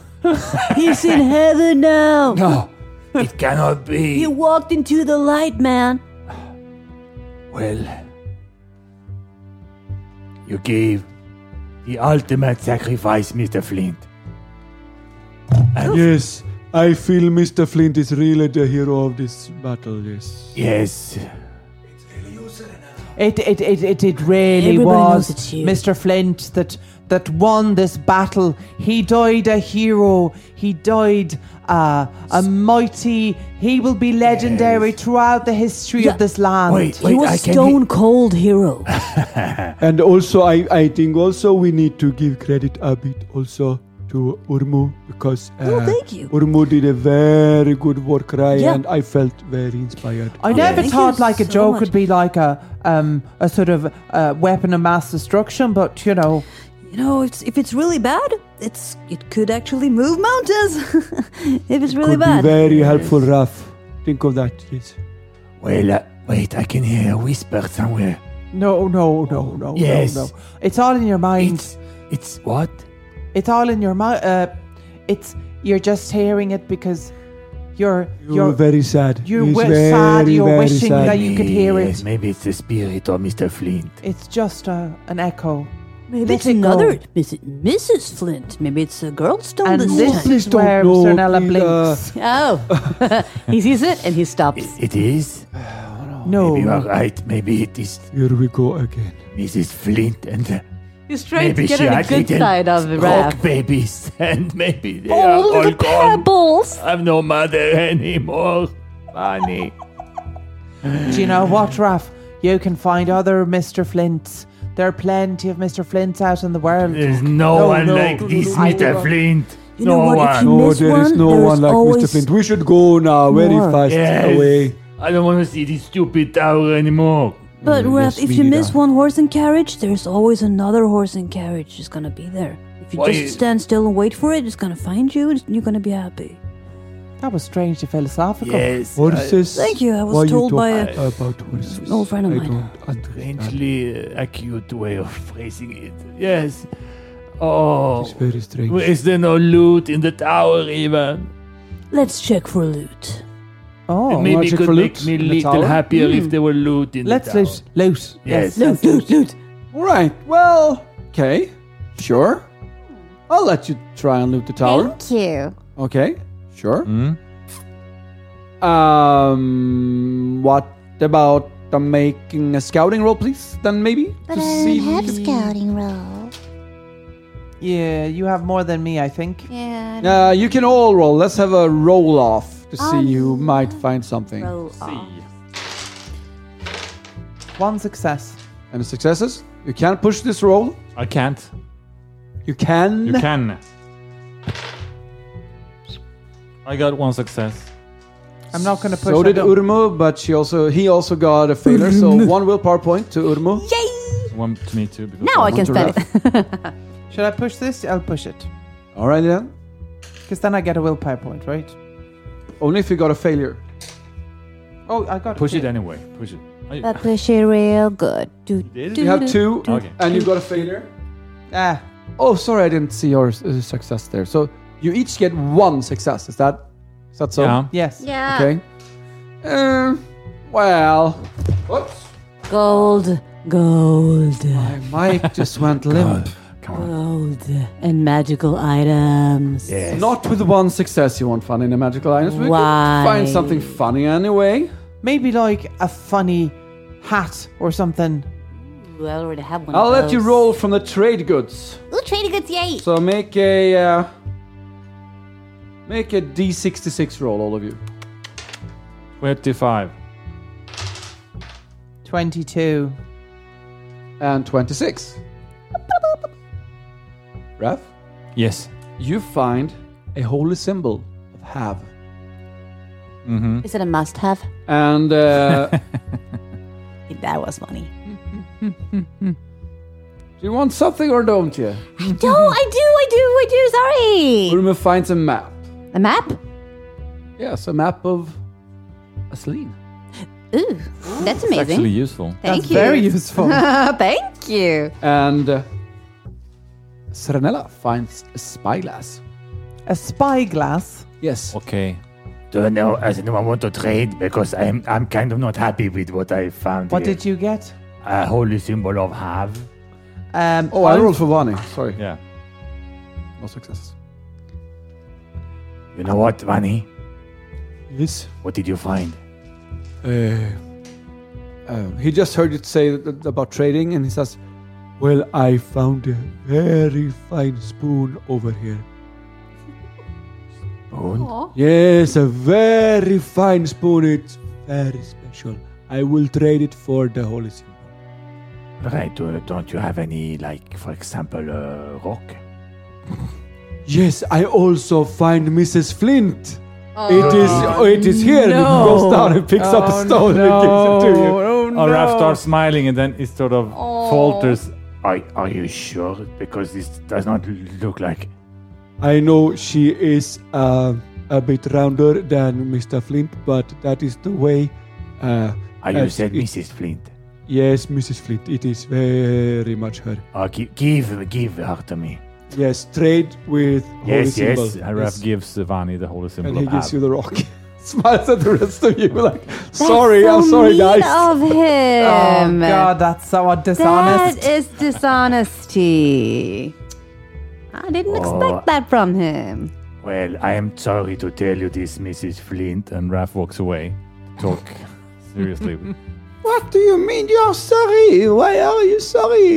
Speaker 7: He's in heaven now.
Speaker 8: No, it cannot
Speaker 7: He
Speaker 8: be.
Speaker 7: walked into the light, man.
Speaker 8: Well, you gave the ultimate sacrifice, Mr. Flint.
Speaker 4: Yes, I feel Mr. Flint is really the hero of this battle, yes.
Speaker 8: Yes,
Speaker 5: It it it it, it really
Speaker 7: Everybody knows
Speaker 5: was
Speaker 7: it's you.
Speaker 5: Mr. Flint that that won this battle. He died a hero. He died uh, a mighty. He will be legendary throughout the history
Speaker 7: Yeah.
Speaker 5: of this land.
Speaker 8: Wait.
Speaker 7: he was
Speaker 8: I can
Speaker 7: stone cold hero.
Speaker 4: And also, I, I think also we need to give credit a bit also to Urmu because uh,
Speaker 7: Oh, thank you.
Speaker 4: Urmu did a very good war cry
Speaker 7: Yeah.
Speaker 4: and I felt very inspired.
Speaker 5: I never
Speaker 7: Thank
Speaker 5: thought
Speaker 7: you
Speaker 5: like a
Speaker 7: so
Speaker 5: joke
Speaker 7: much.
Speaker 5: would be like a um, a sort of uh, weapon of mass destruction, but you know,
Speaker 7: You know, it's, if it's really bad, it's it could actually move mountains. if it's really
Speaker 4: Could
Speaker 7: bad.
Speaker 4: be very helpful, Raf. Think of that, yes.
Speaker 8: well, uh, wait, I can hear a whisper somewhere.
Speaker 5: no, no, no, no,
Speaker 8: Yes.
Speaker 5: no, no. It's all in your mind.
Speaker 8: It's, it's what?
Speaker 5: It's all in your mind. Uh, it's you're just hearing it because you're
Speaker 4: You're,
Speaker 5: you're
Speaker 4: very sad.
Speaker 5: you
Speaker 4: He's
Speaker 5: were
Speaker 4: very,
Speaker 5: sad, you're
Speaker 4: very
Speaker 5: wishing
Speaker 4: sad.
Speaker 5: that you could hear it.
Speaker 8: Yes, maybe it's the spirit of Mr. Flint.
Speaker 5: It's just a, an echo.
Speaker 7: Maybe
Speaker 5: Let
Speaker 7: it's
Speaker 5: it
Speaker 7: another
Speaker 5: go.
Speaker 7: Miss, Mrs. Flint. Maybe it's a girl stone
Speaker 5: And
Speaker 7: this
Speaker 5: this
Speaker 7: time.
Speaker 4: please
Speaker 5: is
Speaker 4: don't
Speaker 5: where
Speaker 4: know,
Speaker 5: Cernella
Speaker 4: please, uh,
Speaker 5: blinks.
Speaker 3: Oh, he sees it and he stops.
Speaker 8: I- it is?
Speaker 5: no.
Speaker 8: Maybe you are right. Maybe it is
Speaker 4: Here we go again.
Speaker 8: Mrs. Flint and uh,
Speaker 3: He's trying
Speaker 8: maybe
Speaker 3: to get
Speaker 8: she
Speaker 3: on the
Speaker 8: had
Speaker 3: good
Speaker 8: little
Speaker 3: side of
Speaker 8: rock
Speaker 3: Raph.
Speaker 8: babies and maybe they are
Speaker 3: Oh,
Speaker 8: all
Speaker 3: little
Speaker 8: gone.
Speaker 3: pebbles!
Speaker 8: I'm no mother anymore. Funny.
Speaker 5: Do you know what, Raph? You can find other Mr. Flints. There are plenty of Mr. Flints out in the world.
Speaker 8: There's no, one
Speaker 5: no.
Speaker 8: like this
Speaker 5: I
Speaker 8: Mr.
Speaker 5: don't-
Speaker 8: Flint.
Speaker 7: You
Speaker 8: no
Speaker 7: know what, if
Speaker 8: one.
Speaker 7: you-
Speaker 4: No,
Speaker 7: Miss
Speaker 4: Oh, there is
Speaker 7: one,
Speaker 4: no
Speaker 7: there
Speaker 4: one
Speaker 7: is
Speaker 4: like Mr.
Speaker 7: always
Speaker 4: Flint. We should go now, very
Speaker 7: more.
Speaker 4: fast
Speaker 8: Yes.
Speaker 4: away.
Speaker 8: I don't want to see this stupid tower anymore.
Speaker 7: But
Speaker 4: Mm,
Speaker 7: Raph,
Speaker 4: yes,
Speaker 7: if
Speaker 4: we
Speaker 7: you
Speaker 4: need
Speaker 7: miss
Speaker 4: a-
Speaker 7: one horse and carriage, there's always another horse and carriage just gonna be there. If you
Speaker 8: Why
Speaker 7: just
Speaker 8: is-
Speaker 7: stand still and wait for it, it's gonna find you and you're gonna be happy.
Speaker 5: That was strangely philosophical.
Speaker 8: Yes.
Speaker 4: Horses.
Speaker 7: Thank you, I was
Speaker 4: Why you
Speaker 7: told by
Speaker 4: talk
Speaker 7: a-
Speaker 4: about horses.
Speaker 7: an old friend of
Speaker 4: I
Speaker 7: mine.
Speaker 4: don't understand.
Speaker 8: Strangely uh, acute way of phrasing it. Yes. Oh.
Speaker 4: It's very strange.
Speaker 8: Is there no loot in the tower even?
Speaker 7: Let's check for loot.
Speaker 5: Oh,
Speaker 8: Maybe
Speaker 4: magic
Speaker 8: it could
Speaker 4: for
Speaker 8: make
Speaker 4: loot
Speaker 8: me
Speaker 4: in the
Speaker 8: little
Speaker 4: tower?
Speaker 8: happier if there were loot in
Speaker 5: let's
Speaker 8: the tower.
Speaker 5: loot. Loot.
Speaker 8: Yes.
Speaker 5: Loot, loot, loot.
Speaker 4: All right. Well, okay. Sure. I'll let you try and loot the tower.
Speaker 3: Thank you.
Speaker 4: Okay. Sure.
Speaker 2: Hmm?
Speaker 4: Um, what about uh, making a scouting roll, please? Then maybe to see.
Speaker 3: roll.
Speaker 5: Yeah, you have more than me, I think.
Speaker 3: Yeah.
Speaker 4: Uh, you can all roll. Let's have a roll off to see
Speaker 3: Um,
Speaker 4: who might find something.
Speaker 7: Roll off.
Speaker 5: One success.
Speaker 4: Any successes? You can push this roll.
Speaker 2: I can't.
Speaker 4: You can.
Speaker 2: You can. I got one success.
Speaker 5: I'm not going to push
Speaker 4: So did
Speaker 5: it up.
Speaker 4: Urmu, but she also he also got a failure. So one willpower point to Urmu.
Speaker 2: One to me too. Because
Speaker 3: Now I can spell it.
Speaker 5: Should I push this? I'll push it.
Speaker 4: All right then.
Speaker 5: Because then I get a willpower point, right?
Speaker 4: Only if you got a failure.
Speaker 5: Oh, I got
Speaker 2: push it
Speaker 5: here.
Speaker 2: anyway. Push it. I-
Speaker 3: But push it real good. Do,
Speaker 2: did?
Speaker 3: do,
Speaker 4: You have
Speaker 3: do.
Speaker 4: two,
Speaker 2: Okay.
Speaker 4: and you got a failure.
Speaker 5: Ah,
Speaker 4: Oh, sorry, I didn't see your uh, success there. So you each get one success. Is that is that so?
Speaker 2: yeah.
Speaker 5: yes.
Speaker 3: Yeah.
Speaker 4: Okay. Uh, well, whoops.
Speaker 3: Gold.
Speaker 7: Gold.
Speaker 4: My mic just went limp.
Speaker 7: Gold. And magical items.
Speaker 8: Yes.
Speaker 4: Not with one success, you won't find any magical items. but you can
Speaker 7: Why?
Speaker 4: Find something funny anyway.
Speaker 5: Maybe like a funny hat or something.
Speaker 3: Ooh, I already have one.
Speaker 4: I'll
Speaker 3: of
Speaker 4: let you
Speaker 3: those.
Speaker 4: roll from the trade goods.
Speaker 3: Ooh, trading goods, yay!
Speaker 4: So make a uh, make a d66 roll, all of you.
Speaker 2: 25.
Speaker 5: 22.
Speaker 4: And 26. Raph,
Speaker 2: Yes.
Speaker 4: you find a holy symbol of Hav.
Speaker 2: Mm-hmm.
Speaker 3: Is it a must-have?
Speaker 4: And uh,
Speaker 3: That was funny.
Speaker 9: Do you want something or don't you?
Speaker 3: no, I do, I do, I do. Sorry.
Speaker 9: Urma finds a map.
Speaker 3: A map?
Speaker 9: Yes, a map of Asleen.
Speaker 3: Ooh, that's
Speaker 2: It's
Speaker 3: amazing.
Speaker 2: actually useful.
Speaker 3: Thank
Speaker 9: That's
Speaker 3: you.
Speaker 9: very useful.
Speaker 3: Thank you.
Speaker 9: and uh, Serenella finds a spyglass.
Speaker 5: A spyglass.
Speaker 9: Yes.
Speaker 2: Okay.
Speaker 8: Don't know as anyone want to trade because I'm I'm kind of not happy with what I found.
Speaker 5: What
Speaker 8: here.
Speaker 5: did you get?
Speaker 8: A holy symbol of have.
Speaker 5: Um,
Speaker 9: Oh, I rolled for Vani. Sorry.
Speaker 2: Yeah.
Speaker 9: No success.
Speaker 8: You know what, Vani?
Speaker 9: Yes.
Speaker 8: What did you find?
Speaker 9: Uh, um, he just heard you say th- th- about trading, and he says, "Well, I found a very fine spoon over here.
Speaker 8: Moon?
Speaker 9: Yes, a very fine spoon. It's very special. I will trade it for the holy symbol.
Speaker 8: Right, do, don't you have any, like, for example, uh, rock?
Speaker 9: Yes, I also find Mrs. Flint. It
Speaker 8: Oh.
Speaker 9: is, oh, it is here. And he goes down and picks up a stone and gives it to you.
Speaker 5: Oh,
Speaker 2: Oh, Raph starts smiling and then it sort of
Speaker 8: Oh.
Speaker 2: falters.
Speaker 8: Are, are you sure? Because this does not look like.
Speaker 9: I know she is uh, a bit rounder than Mr. Flint, but that is the way. Uh,
Speaker 8: Are you
Speaker 9: Uh,
Speaker 8: said
Speaker 9: it-
Speaker 8: Mrs. Flint?
Speaker 9: yes, Mrs. Flint, it is very much her.
Speaker 8: Uh, give, give, give her to me.
Speaker 9: Yes, trade with holy
Speaker 8: Yes, yes,
Speaker 9: symbol.
Speaker 2: Uh, Raph gives Vani the holy symbol
Speaker 9: and he
Speaker 2: of
Speaker 9: gives
Speaker 2: Av.
Speaker 9: you the rock. Smiles at the rest of you like, oh, sorry, I'm sorry, guys.
Speaker 3: of him.
Speaker 5: oh, God, that's so dishonest.
Speaker 3: That is dishonesty. I didn't
Speaker 8: Oh.
Speaker 3: expect that from him.
Speaker 8: Well, I am sorry to tell you this, Mrs. Flint.
Speaker 2: And Raph walks away. Talk seriously.
Speaker 9: What do you mean you're sorry? Why are you sorry?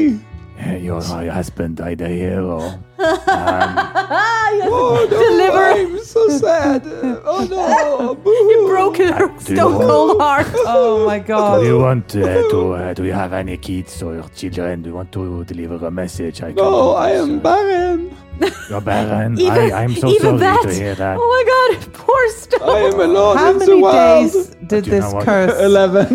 Speaker 8: Uh, Your husband died a hero.
Speaker 9: Oh no, I'm so sad. Oh no, boo.
Speaker 5: broken her
Speaker 8: Ah, Do you want,
Speaker 5: heart. Oh my
Speaker 8: do
Speaker 5: god.
Speaker 8: you want uh, to? Uh, do you have any kids or children? Do you want to deliver a message? I
Speaker 9: No,
Speaker 8: do
Speaker 9: I
Speaker 8: this,
Speaker 9: am
Speaker 8: uh,
Speaker 9: barren.
Speaker 8: You're barren. I, I'm so sorry
Speaker 3: even
Speaker 8: to
Speaker 3: that.
Speaker 8: hear that.
Speaker 3: Oh my god, poor stuff.
Speaker 9: I am alone
Speaker 5: How
Speaker 9: in the
Speaker 5: many
Speaker 9: wild.
Speaker 5: days did
Speaker 8: Do you know
Speaker 5: this
Speaker 8: what?
Speaker 5: curse?
Speaker 9: 11.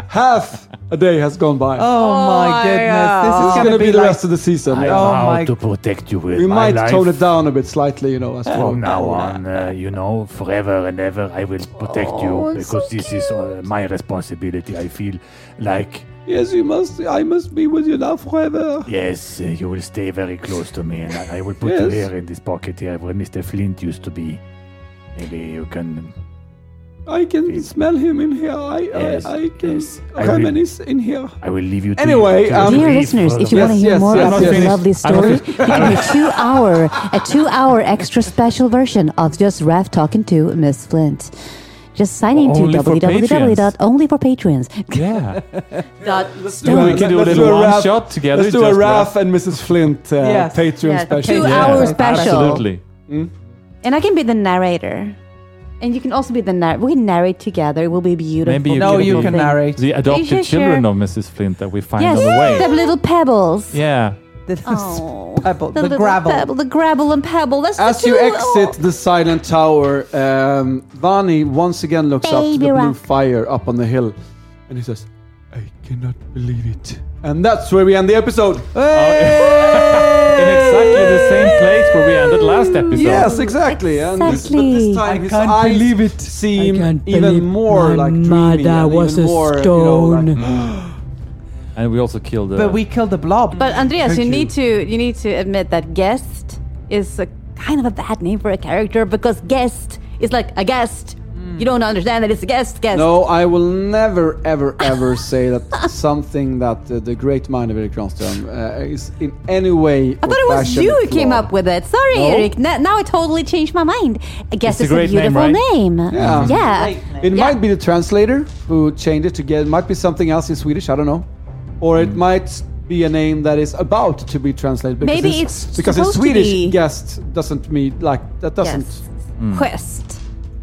Speaker 9: Half a day has gone by.
Speaker 5: Oh my goodness. This
Speaker 9: it's
Speaker 5: is
Speaker 9: going to be, the
Speaker 5: like
Speaker 9: rest of the season.
Speaker 8: I
Speaker 9: yeah.
Speaker 5: Oh
Speaker 8: vow
Speaker 5: my-
Speaker 8: to protect you with
Speaker 9: we
Speaker 8: my
Speaker 9: might
Speaker 8: life. Oh,
Speaker 9: tone it down Oh, a bit slightly, you know, as well.
Speaker 8: From now on, uh, you know, forever and ever, I will protect
Speaker 9: Oh,
Speaker 8: you because this is uh, my responsibility. I feel like
Speaker 9: Yes, you must. I must be with you now forever.
Speaker 8: Yes, uh, you will stay very close to me, and I, I will put you
Speaker 9: Yes.
Speaker 8: here in this pocket here where Mr. Flint used to be. Maybe you can.
Speaker 9: I can
Speaker 8: Yes.
Speaker 9: smell him in here. I,
Speaker 8: Yes,
Speaker 9: I, I can
Speaker 8: yes. I will-
Speaker 9: reminisce in here.
Speaker 8: I will leave you. To
Speaker 9: Anyway,
Speaker 8: to
Speaker 9: um,
Speaker 8: grieve
Speaker 3: Dear listeners,
Speaker 8: for
Speaker 3: if you
Speaker 8: the-
Speaker 9: Yes,
Speaker 3: want to hear more
Speaker 9: yes, yes,
Speaker 3: about
Speaker 9: yes.
Speaker 3: this lovely
Speaker 2: I'm not
Speaker 3: story, you can get a two-hour, a two-hour extra special version of just Raph talking to Miss Flint. Just sign into
Speaker 2: Only for
Speaker 3: www.onlyforpatrons.com.
Speaker 2: yeah.
Speaker 9: Yeah,
Speaker 2: we can do a
Speaker 9: let's
Speaker 2: little
Speaker 9: a
Speaker 2: one
Speaker 9: Raph-
Speaker 2: shot together.
Speaker 9: Let's do a
Speaker 2: just
Speaker 9: Raph and Mrs. Flint uh,
Speaker 5: Yes.
Speaker 9: Patreon
Speaker 3: Yeah,
Speaker 9: special.
Speaker 3: two
Speaker 2: Yeah,
Speaker 3: hour special.
Speaker 2: Absolutely.
Speaker 3: And I can be the narrator. And you can also be the narrator. We can narrate together. It will be beautiful.
Speaker 2: Maybe you
Speaker 5: No,
Speaker 2: can
Speaker 5: you
Speaker 2: be
Speaker 5: can narrate.
Speaker 2: The adopted
Speaker 3: should
Speaker 2: children
Speaker 3: share-
Speaker 2: of Mrs. Flint that we find
Speaker 3: Yes,
Speaker 2: on the way.
Speaker 3: the little pebbles.
Speaker 2: Yeah.
Speaker 5: This
Speaker 3: Oh,
Speaker 5: pebble, the
Speaker 3: little
Speaker 5: gravel.
Speaker 3: pebble, the gravel and pebble. That's
Speaker 9: As
Speaker 3: the
Speaker 9: you
Speaker 3: two-
Speaker 9: exit the silent tower, um, Vani once again looks up to
Speaker 3: Baby
Speaker 9: the blue
Speaker 3: rock.
Speaker 9: fire up on the hill, and he says, "I cannot believe it." And that's where we end the episode.
Speaker 2: In exactly the same place where we ended last episode.
Speaker 9: Yes, exactly. And this, but this
Speaker 3: Exactly.
Speaker 9: time his
Speaker 5: can't
Speaker 9: eyes
Speaker 5: believe it.
Speaker 9: seem
Speaker 4: I can't
Speaker 9: even
Speaker 4: believe
Speaker 9: more
Speaker 4: my
Speaker 9: like dreamy
Speaker 4: mother
Speaker 9: and
Speaker 4: was
Speaker 9: even
Speaker 4: a
Speaker 9: more,
Speaker 4: stone.
Speaker 9: You know, like,
Speaker 2: And we also killed. Uh,
Speaker 5: But we killed the blob.
Speaker 3: But Oh, uh, Andreas, you,
Speaker 9: you.
Speaker 3: need to you need to admit that guest is a kind of a bad name for a character because guest is like a guest. You don't understand that it's a guest. Guest.
Speaker 9: no, I will never, ever, ever say that something that uh, the great mind of Eric Kronström uh, is in any way.
Speaker 3: I thought it was you who came up with it. Sorry,
Speaker 9: No.
Speaker 3: Eric. Na- now I totally changed my mind. I guess
Speaker 2: a
Speaker 3: it's, a,
Speaker 2: great name,
Speaker 3: beautiful
Speaker 2: right?
Speaker 3: name.
Speaker 9: Yeah.
Speaker 3: yeah.
Speaker 9: It
Speaker 3: Yeah.
Speaker 9: might be the translator who changed it to get. It might be something else in Swedish. I don't know, or
Speaker 5: Hmm.
Speaker 9: it might be a name that is about to be translated. Because
Speaker 3: Maybe
Speaker 9: in-
Speaker 3: it's
Speaker 9: because in
Speaker 3: supposed to
Speaker 9: Swedish,
Speaker 3: be-
Speaker 9: guest doesn't mean like that doesn't.
Speaker 3: Yes. Quest.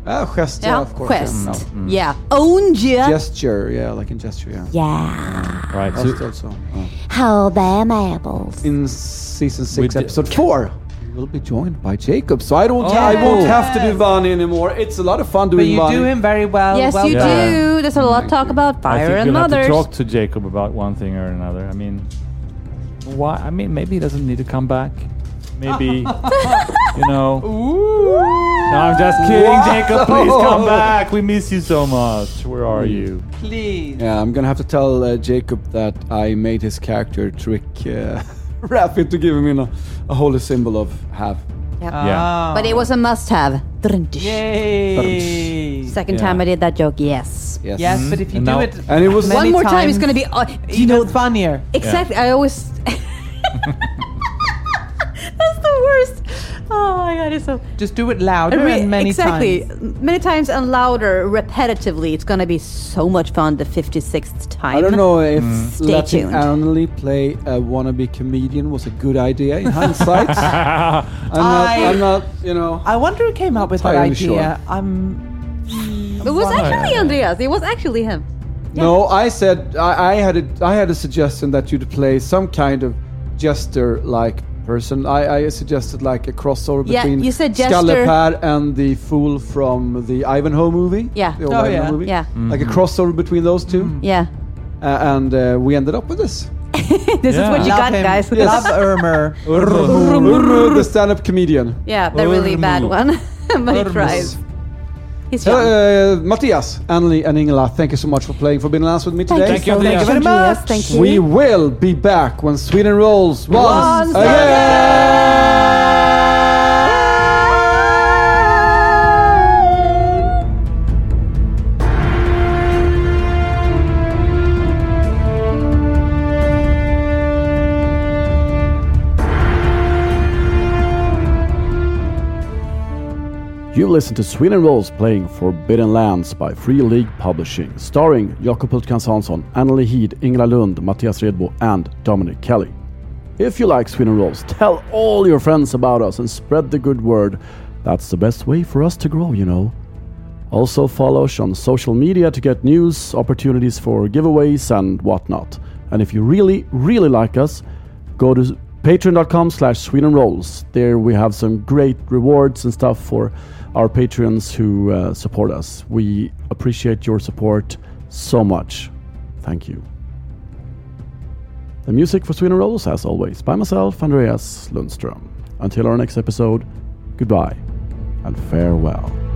Speaker 9: Ah, gesture,
Speaker 3: Yeah,
Speaker 9: of course. yeah,
Speaker 3: quest.
Speaker 9: no.
Speaker 3: Yeah. Own yeah.
Speaker 9: Gesture, yeah, like in gesture, yeah.
Speaker 3: yeah.
Speaker 2: right. So
Speaker 9: That's also oh.
Speaker 3: How them apples.
Speaker 9: in season
Speaker 2: We
Speaker 9: six,
Speaker 2: did-
Speaker 9: episode four. we Will be joined by Jacob, so I don't. I won't have to do Vani anymore. It's a lot of fun
Speaker 5: Oh. But
Speaker 9: doing
Speaker 5: you
Speaker 9: Vani.
Speaker 5: do him very well.
Speaker 3: Yes,
Speaker 5: well
Speaker 3: you
Speaker 5: done.
Speaker 2: Oh, done.
Speaker 3: do. There's a lot of talk about
Speaker 2: I
Speaker 3: fire
Speaker 2: think
Speaker 3: and
Speaker 2: we'll have to
Speaker 3: mothers.
Speaker 2: talk to Jacob about one thing or another. I mean, why? I mean, maybe he doesn't need to come back. Maybe, you know. No, I'm just kidding, Jacob. Please come back. We miss you so much. Where are you?
Speaker 5: Please.
Speaker 4: Yeah, I'm gonna have to tell uh, Jacob that I made his character trick uh, Rapid to give him in a, a holy symbol of have.
Speaker 2: Yeah.
Speaker 3: But it was a must have.
Speaker 5: Yay.
Speaker 3: Second
Speaker 2: Yeah.
Speaker 3: time I did that joke, yes.
Speaker 4: Yes.
Speaker 5: Yes, but if you
Speaker 2: Hmm? And
Speaker 5: do
Speaker 2: now-
Speaker 5: it
Speaker 4: And it was
Speaker 5: Many
Speaker 3: One more time, it's
Speaker 5: times.
Speaker 3: going to be. Uh,
Speaker 5: you know, funnier.
Speaker 3: exactly. I always. That's the worst. Oh my god, it's so.
Speaker 5: Just do it louder
Speaker 3: Re-
Speaker 5: and many
Speaker 3: exactly.
Speaker 5: times.
Speaker 3: Many times and louder, repetitively. It's going to be so much fun the 56th time.
Speaker 4: I don't know if
Speaker 9: Mm.
Speaker 4: letting
Speaker 3: tuned.
Speaker 4: Annalie play a wannabe comedian was a good idea in hindsight. I'm, not,
Speaker 5: I-
Speaker 4: I'm not, you know.
Speaker 5: I wonder who came up with that
Speaker 4: Entirely sure.
Speaker 5: idea. I'm
Speaker 3: It was actually Andreas. It was actually him.
Speaker 4: No, I said I, I had a I had a suggestion that you'd play some kind of jester like person. I, I suggested like a crossover
Speaker 3: Yeah,
Speaker 4: between
Speaker 3: you said jester.
Speaker 4: Skallepär and the fool from the Ivanhoe movie.
Speaker 3: Yeah.
Speaker 4: The old
Speaker 5: Oh,
Speaker 4: Ivanhoe
Speaker 5: yeah.
Speaker 4: movie.
Speaker 3: Yeah.
Speaker 4: Like a crossover between those two.
Speaker 3: Yeah.
Speaker 4: Uh, and uh, we ended up with this.
Speaker 3: This
Speaker 2: Yeah.
Speaker 3: is what you
Speaker 5: love
Speaker 3: got,
Speaker 5: him.
Speaker 3: guys.
Speaker 5: Love Ermer.
Speaker 4: Urru, the stand up comedian.
Speaker 3: Yeah, the really bad one. but he tries. He's
Speaker 4: Uh,
Speaker 3: young.
Speaker 4: Matthias, Annelie, and Ingela, thank you so much for playing for being on Lance with me today.
Speaker 3: Thank you so
Speaker 2: Thank you
Speaker 3: much,
Speaker 2: very
Speaker 3: Andreas. Thank you.
Speaker 4: We will be back when Sweden rolls once,
Speaker 3: Once
Speaker 4: again.
Speaker 9: You listen to Sweden Rolls playing Forbidden Lands by Free League Publishing, starring Jakob Hultkrantz Hansson, Annelie Heed, Ingela Lund, Matthias Redbo, and Dominic Kelly. If you like Sweden Rolls, tell all your friends about us and spread the good word. That's the best way for us to grow, you know. Also, follow us on social media to get news, opportunities for giveaways, and whatnot. And if you really, really like us, go to patreon.com slash swedenrolls. There we have some great rewards and stuff for our patrons who uh, support us. We appreciate your support so much. Thank you. The music for Sweden Rolls, as always, by myself, Andreas Lundström. Until our next episode, goodbye and farewell.